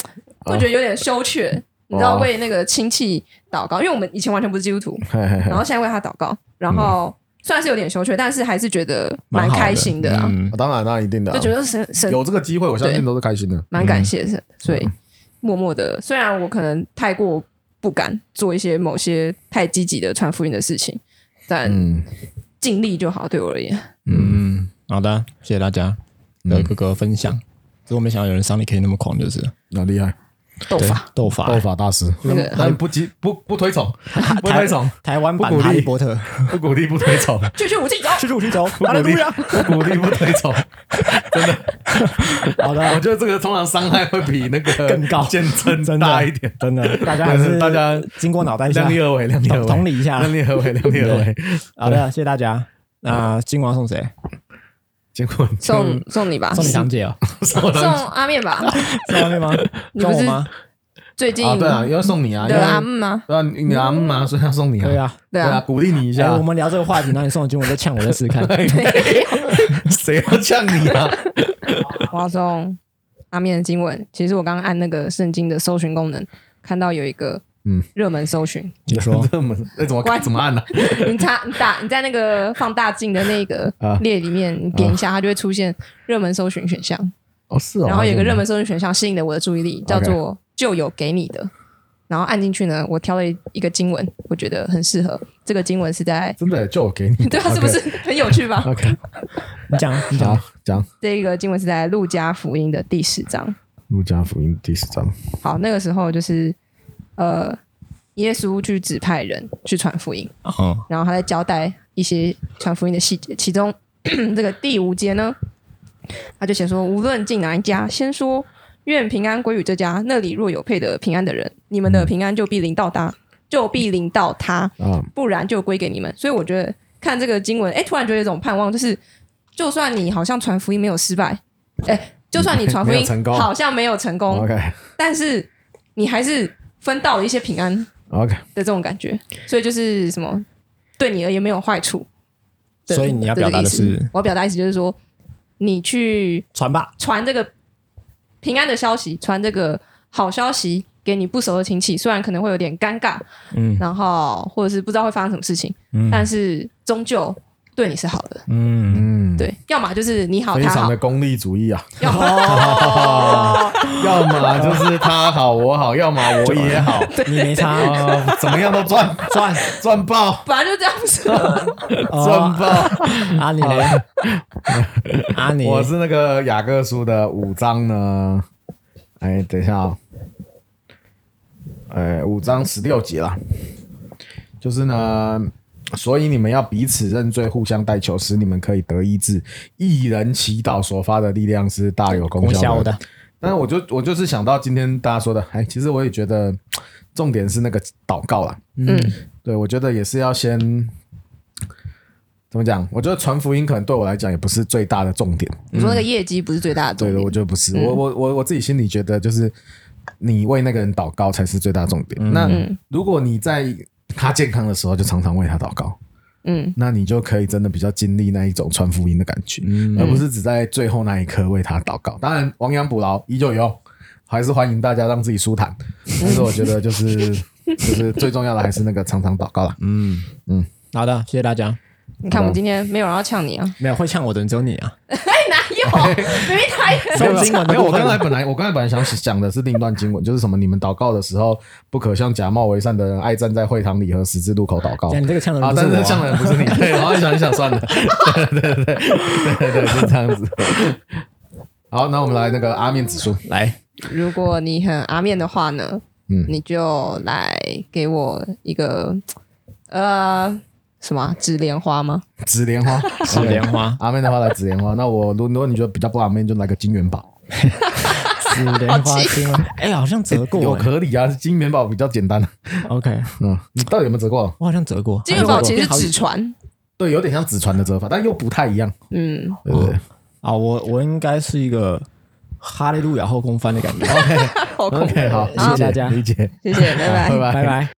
Speaker 1: 会觉得有点羞怯，你知道，
Speaker 4: 哦
Speaker 1: 为那个亲戚祷告，因为我们以前完全不是基督徒，
Speaker 4: 嘿嘿嘿
Speaker 1: 然后现在为他祷告，然后虽然是有点羞怯，但是还是觉得蛮
Speaker 3: 好
Speaker 1: 开心的啊，
Speaker 3: 嗯
Speaker 4: 当然，当然一定的啊
Speaker 1: 就，觉得神神
Speaker 4: 有这个机会，我相信都是开心的。
Speaker 1: 蛮感谢神的，所以默默的，虽然我可能太过不敢做一些某些太积极的传福音的事情，但
Speaker 4: 嗯，
Speaker 1: 尽力就好，对我而言。
Speaker 3: 嗯，好的，谢谢大家的各个分享。只是我没想到有人伤你可以那么狂，就是
Speaker 4: 那厉害，
Speaker 1: 斗
Speaker 3: 对
Speaker 1: 法，
Speaker 3: 斗法
Speaker 4: 斗法大师，
Speaker 1: 那个
Speaker 4: 但不激不不推崇，不推崇，
Speaker 3: 台湾版
Speaker 4: 不鼓励
Speaker 3: 哈利波特，
Speaker 4: 不鼓励，不推崇，
Speaker 1: 去去武器走。
Speaker 3: 去去去 *laughs* 走，
Speaker 4: 不
Speaker 3: 哈利
Speaker 4: 鼓
Speaker 3: 路
Speaker 4: 励
Speaker 3: 亚。，
Speaker 4: 不鼓励，不推崇。
Speaker 3: 好
Speaker 4: 我
Speaker 3: 的，
Speaker 4: 觉得这个通常伤害会比那个
Speaker 3: 更高
Speaker 4: 见证
Speaker 3: 真
Speaker 4: 大
Speaker 3: 的
Speaker 4: 一点。
Speaker 3: 真
Speaker 4: 嗯 *laughs*
Speaker 3: 的，大家还是
Speaker 4: 大家
Speaker 3: 经过脑袋一下
Speaker 4: 量力而为，量力而为，
Speaker 3: 同同理一下
Speaker 4: 量力而嗯为，量力而为。
Speaker 3: 好的，谢谢大家。那今晚送谁？
Speaker 4: 结果
Speaker 1: 送送你吧，
Speaker 4: *laughs*
Speaker 3: 送你堂姐啊？
Speaker 1: *laughs* 送阿面吧。
Speaker 3: 送外面吗？
Speaker 1: 你
Speaker 3: 送
Speaker 1: 不
Speaker 3: 我
Speaker 1: 是
Speaker 3: 吗？
Speaker 1: 最近
Speaker 4: 啊，对啊，要送你啊，因
Speaker 1: 的
Speaker 4: 为
Speaker 1: 阿姆 *laughs* 吗？
Speaker 4: 对啊，你你阿姆嘛，所以要送你啊，
Speaker 3: 对啊，
Speaker 1: 对
Speaker 4: 对啊，
Speaker 1: 啊，
Speaker 4: 鼓励你一
Speaker 3: 哎，
Speaker 4: 下
Speaker 3: 我。们聊这个话题，那你送我今晚在呛我在试试
Speaker 4: *laughs*
Speaker 3: 看。
Speaker 4: 哎谁要呛你啊？
Speaker 1: 我要送阿面的经文。其实我刚刚按那个圣经的搜寻功能，看到有一个
Speaker 4: 嗯
Speaker 1: 热门搜 *laughs* 寻，
Speaker 3: 你说
Speaker 4: 这么那怎么
Speaker 1: 乖
Speaker 4: 怎么按呢？
Speaker 1: 你查你打你在那个放大镜的那个
Speaker 4: 啊
Speaker 1: 列里面，你点一下，它就会出现热门搜寻选项。
Speaker 4: 哦，是哦。
Speaker 1: 然后有个热门搜寻选项吸引了我的注意力，叫做“就有给你的”。然后按进去呢，我挑了一个经文，我觉得很适合。这个经文是在
Speaker 4: 真的就我给你，
Speaker 1: *laughs* 对啊，是不是很有趣吧？
Speaker 4: ？OK，
Speaker 3: 你讲你
Speaker 4: 好
Speaker 3: 讲，
Speaker 4: 讲《
Speaker 1: 这个经文是在路加福音的第十章。
Speaker 4: 路加福音》第十章。
Speaker 1: 好，那个时候就是呃，耶稣去指派人去传福音，
Speaker 3: 嗯，
Speaker 1: 然后他在交代一些传福音的细节，其中 *clears throat* 这个第五节呢，他就写说，无论进哪一家，先说愿平安归于这家，那里若有配得平安的人，你们的平安就必临到他，就必临到他，
Speaker 4: 啊，
Speaker 1: 不然就归给你们。所以我觉得看这个经文，哎，突然觉得有一种盼望，就是就算你好像传福音没有失败，哎，就算你传福
Speaker 4: 没
Speaker 1: 音
Speaker 4: 有成功
Speaker 1: 好像没有成功，
Speaker 4: OK
Speaker 1: 但是你还是分到了一些平安
Speaker 4: OK，
Speaker 1: 的这种感觉，所以就是什么对你而言没有坏处。对
Speaker 3: 所以你要表达的
Speaker 1: 这个意
Speaker 3: 是
Speaker 1: 思我要表达意思就是说，你去
Speaker 3: 传吧，
Speaker 1: 传这个平安的消息，传这个好消息给你不熟的亲戚，虽然可能会有点尴尬，
Speaker 3: 嗯
Speaker 1: 然后或者是不知道会发生什么事情，
Speaker 3: 嗯
Speaker 1: 但是终究对你是好的。
Speaker 3: 嗯，
Speaker 4: 嗯，
Speaker 1: 对，要么就是你好
Speaker 4: 非
Speaker 1: 他
Speaker 4: 常
Speaker 1: 好
Speaker 4: 的，功利主义啊，
Speaker 1: 要么
Speaker 4: 要么就是他好我好，要么我也好，
Speaker 3: 你没差，
Speaker 4: 啊，怎么样都赚赚赚爆
Speaker 1: *laughs* 本来就这样
Speaker 4: 嗯
Speaker 1: 子。
Speaker 4: 赚爆。
Speaker 3: 阿哦啊你 *laughs* 嘞，阿你，
Speaker 4: 我是那个雅各书的五章呢，哎，等一下啊、哎，五章十六节啦，就是呢，所以你们要彼此认罪，互相代求，使你们可以得医治。一人祈祷所发的力量是大有功
Speaker 3: 功
Speaker 4: 效
Speaker 3: 效
Speaker 4: 的
Speaker 3: 的。
Speaker 4: 但我就我就是想到今天大家说的，哎，其实我也觉得重点是那个祷告啦。
Speaker 1: 嗯，
Speaker 4: 对，我觉得也是要先怎么讲？我觉得传福音可能对我来讲也不是最大的重点。
Speaker 1: 你说那个业绩不是最大的重
Speaker 4: 对
Speaker 1: 点，嗯
Speaker 4: 的，我觉得不是，我我我我自己心里觉得就是你为那个人祷告才是最大重点。
Speaker 1: 嗯
Speaker 4: 那如果你在他健康的时候就常常为他祷告，
Speaker 1: 嗯
Speaker 4: 那你就可以真的比较经历那一种传福音的感觉，
Speaker 1: 嗯
Speaker 4: 而不是只在最后那一刻为他祷告。当然，亡羊补牢依旧有用，还是欢迎大家让自己舒坦。
Speaker 1: 嗯
Speaker 4: 但是我觉得就是。就是最重要的还是那个常常祷告啦。
Speaker 3: 嗯嗯，好的，谢谢大家。
Speaker 1: 你看我们今天没有人要呛你啊。
Speaker 4: 嗯
Speaker 3: 没有会呛我的人只有你啊，
Speaker 1: 哪有？明明他也
Speaker 3: 没有经文的
Speaker 4: 没有，我
Speaker 3: 部
Speaker 4: 刚
Speaker 3: 分
Speaker 4: 才本来我刚才本来想讲的是另一段经文，就是什么你们祷告的时候不可像假冒为善的人爱站在会堂里和十字路口祷告。
Speaker 3: 讲你这个呛的人
Speaker 4: 啊，
Speaker 3: 不
Speaker 4: 但
Speaker 3: 是
Speaker 4: 是
Speaker 3: 我
Speaker 4: 像
Speaker 3: 啊，
Speaker 4: 的人不是你，对，然后想一想算了，对对对对对对，就是这样子。好，那我们来那个阿面指数，
Speaker 3: 来，
Speaker 1: 如果你很阿面的话呢，
Speaker 4: 嗯
Speaker 1: 你就来给我一个呃什么啊紫莲花吗？
Speaker 4: 紫莲花，，
Speaker 3: 是莲花
Speaker 4: 阿面的话来紫莲花，那我如如果你觉得比较不阿面，就来个金元宝，
Speaker 3: 是嗯莲花青蛙， *laughs* 哎，好像折
Speaker 4: 有
Speaker 3: 过哎
Speaker 4: 合理啊，金元宝比较简单啊。
Speaker 3: ，OK，
Speaker 4: 嗯，你到底有没有折过？
Speaker 3: 我好像折过，
Speaker 1: 金元宝
Speaker 3: 哎
Speaker 1: 其实
Speaker 3: 我
Speaker 1: 是纸船，
Speaker 4: 对，有点像纸船的折法，但又不太一样，
Speaker 1: 嗯，
Speaker 4: 对不对？
Speaker 3: 啊，我我应该是一个哈利路亚后空翻的感觉，
Speaker 1: 好恐怖
Speaker 4: OK，好，
Speaker 3: 谢谢大家
Speaker 4: 理解，
Speaker 1: 谢谢，拜拜
Speaker 4: 拜。拜
Speaker 3: 拜。拜。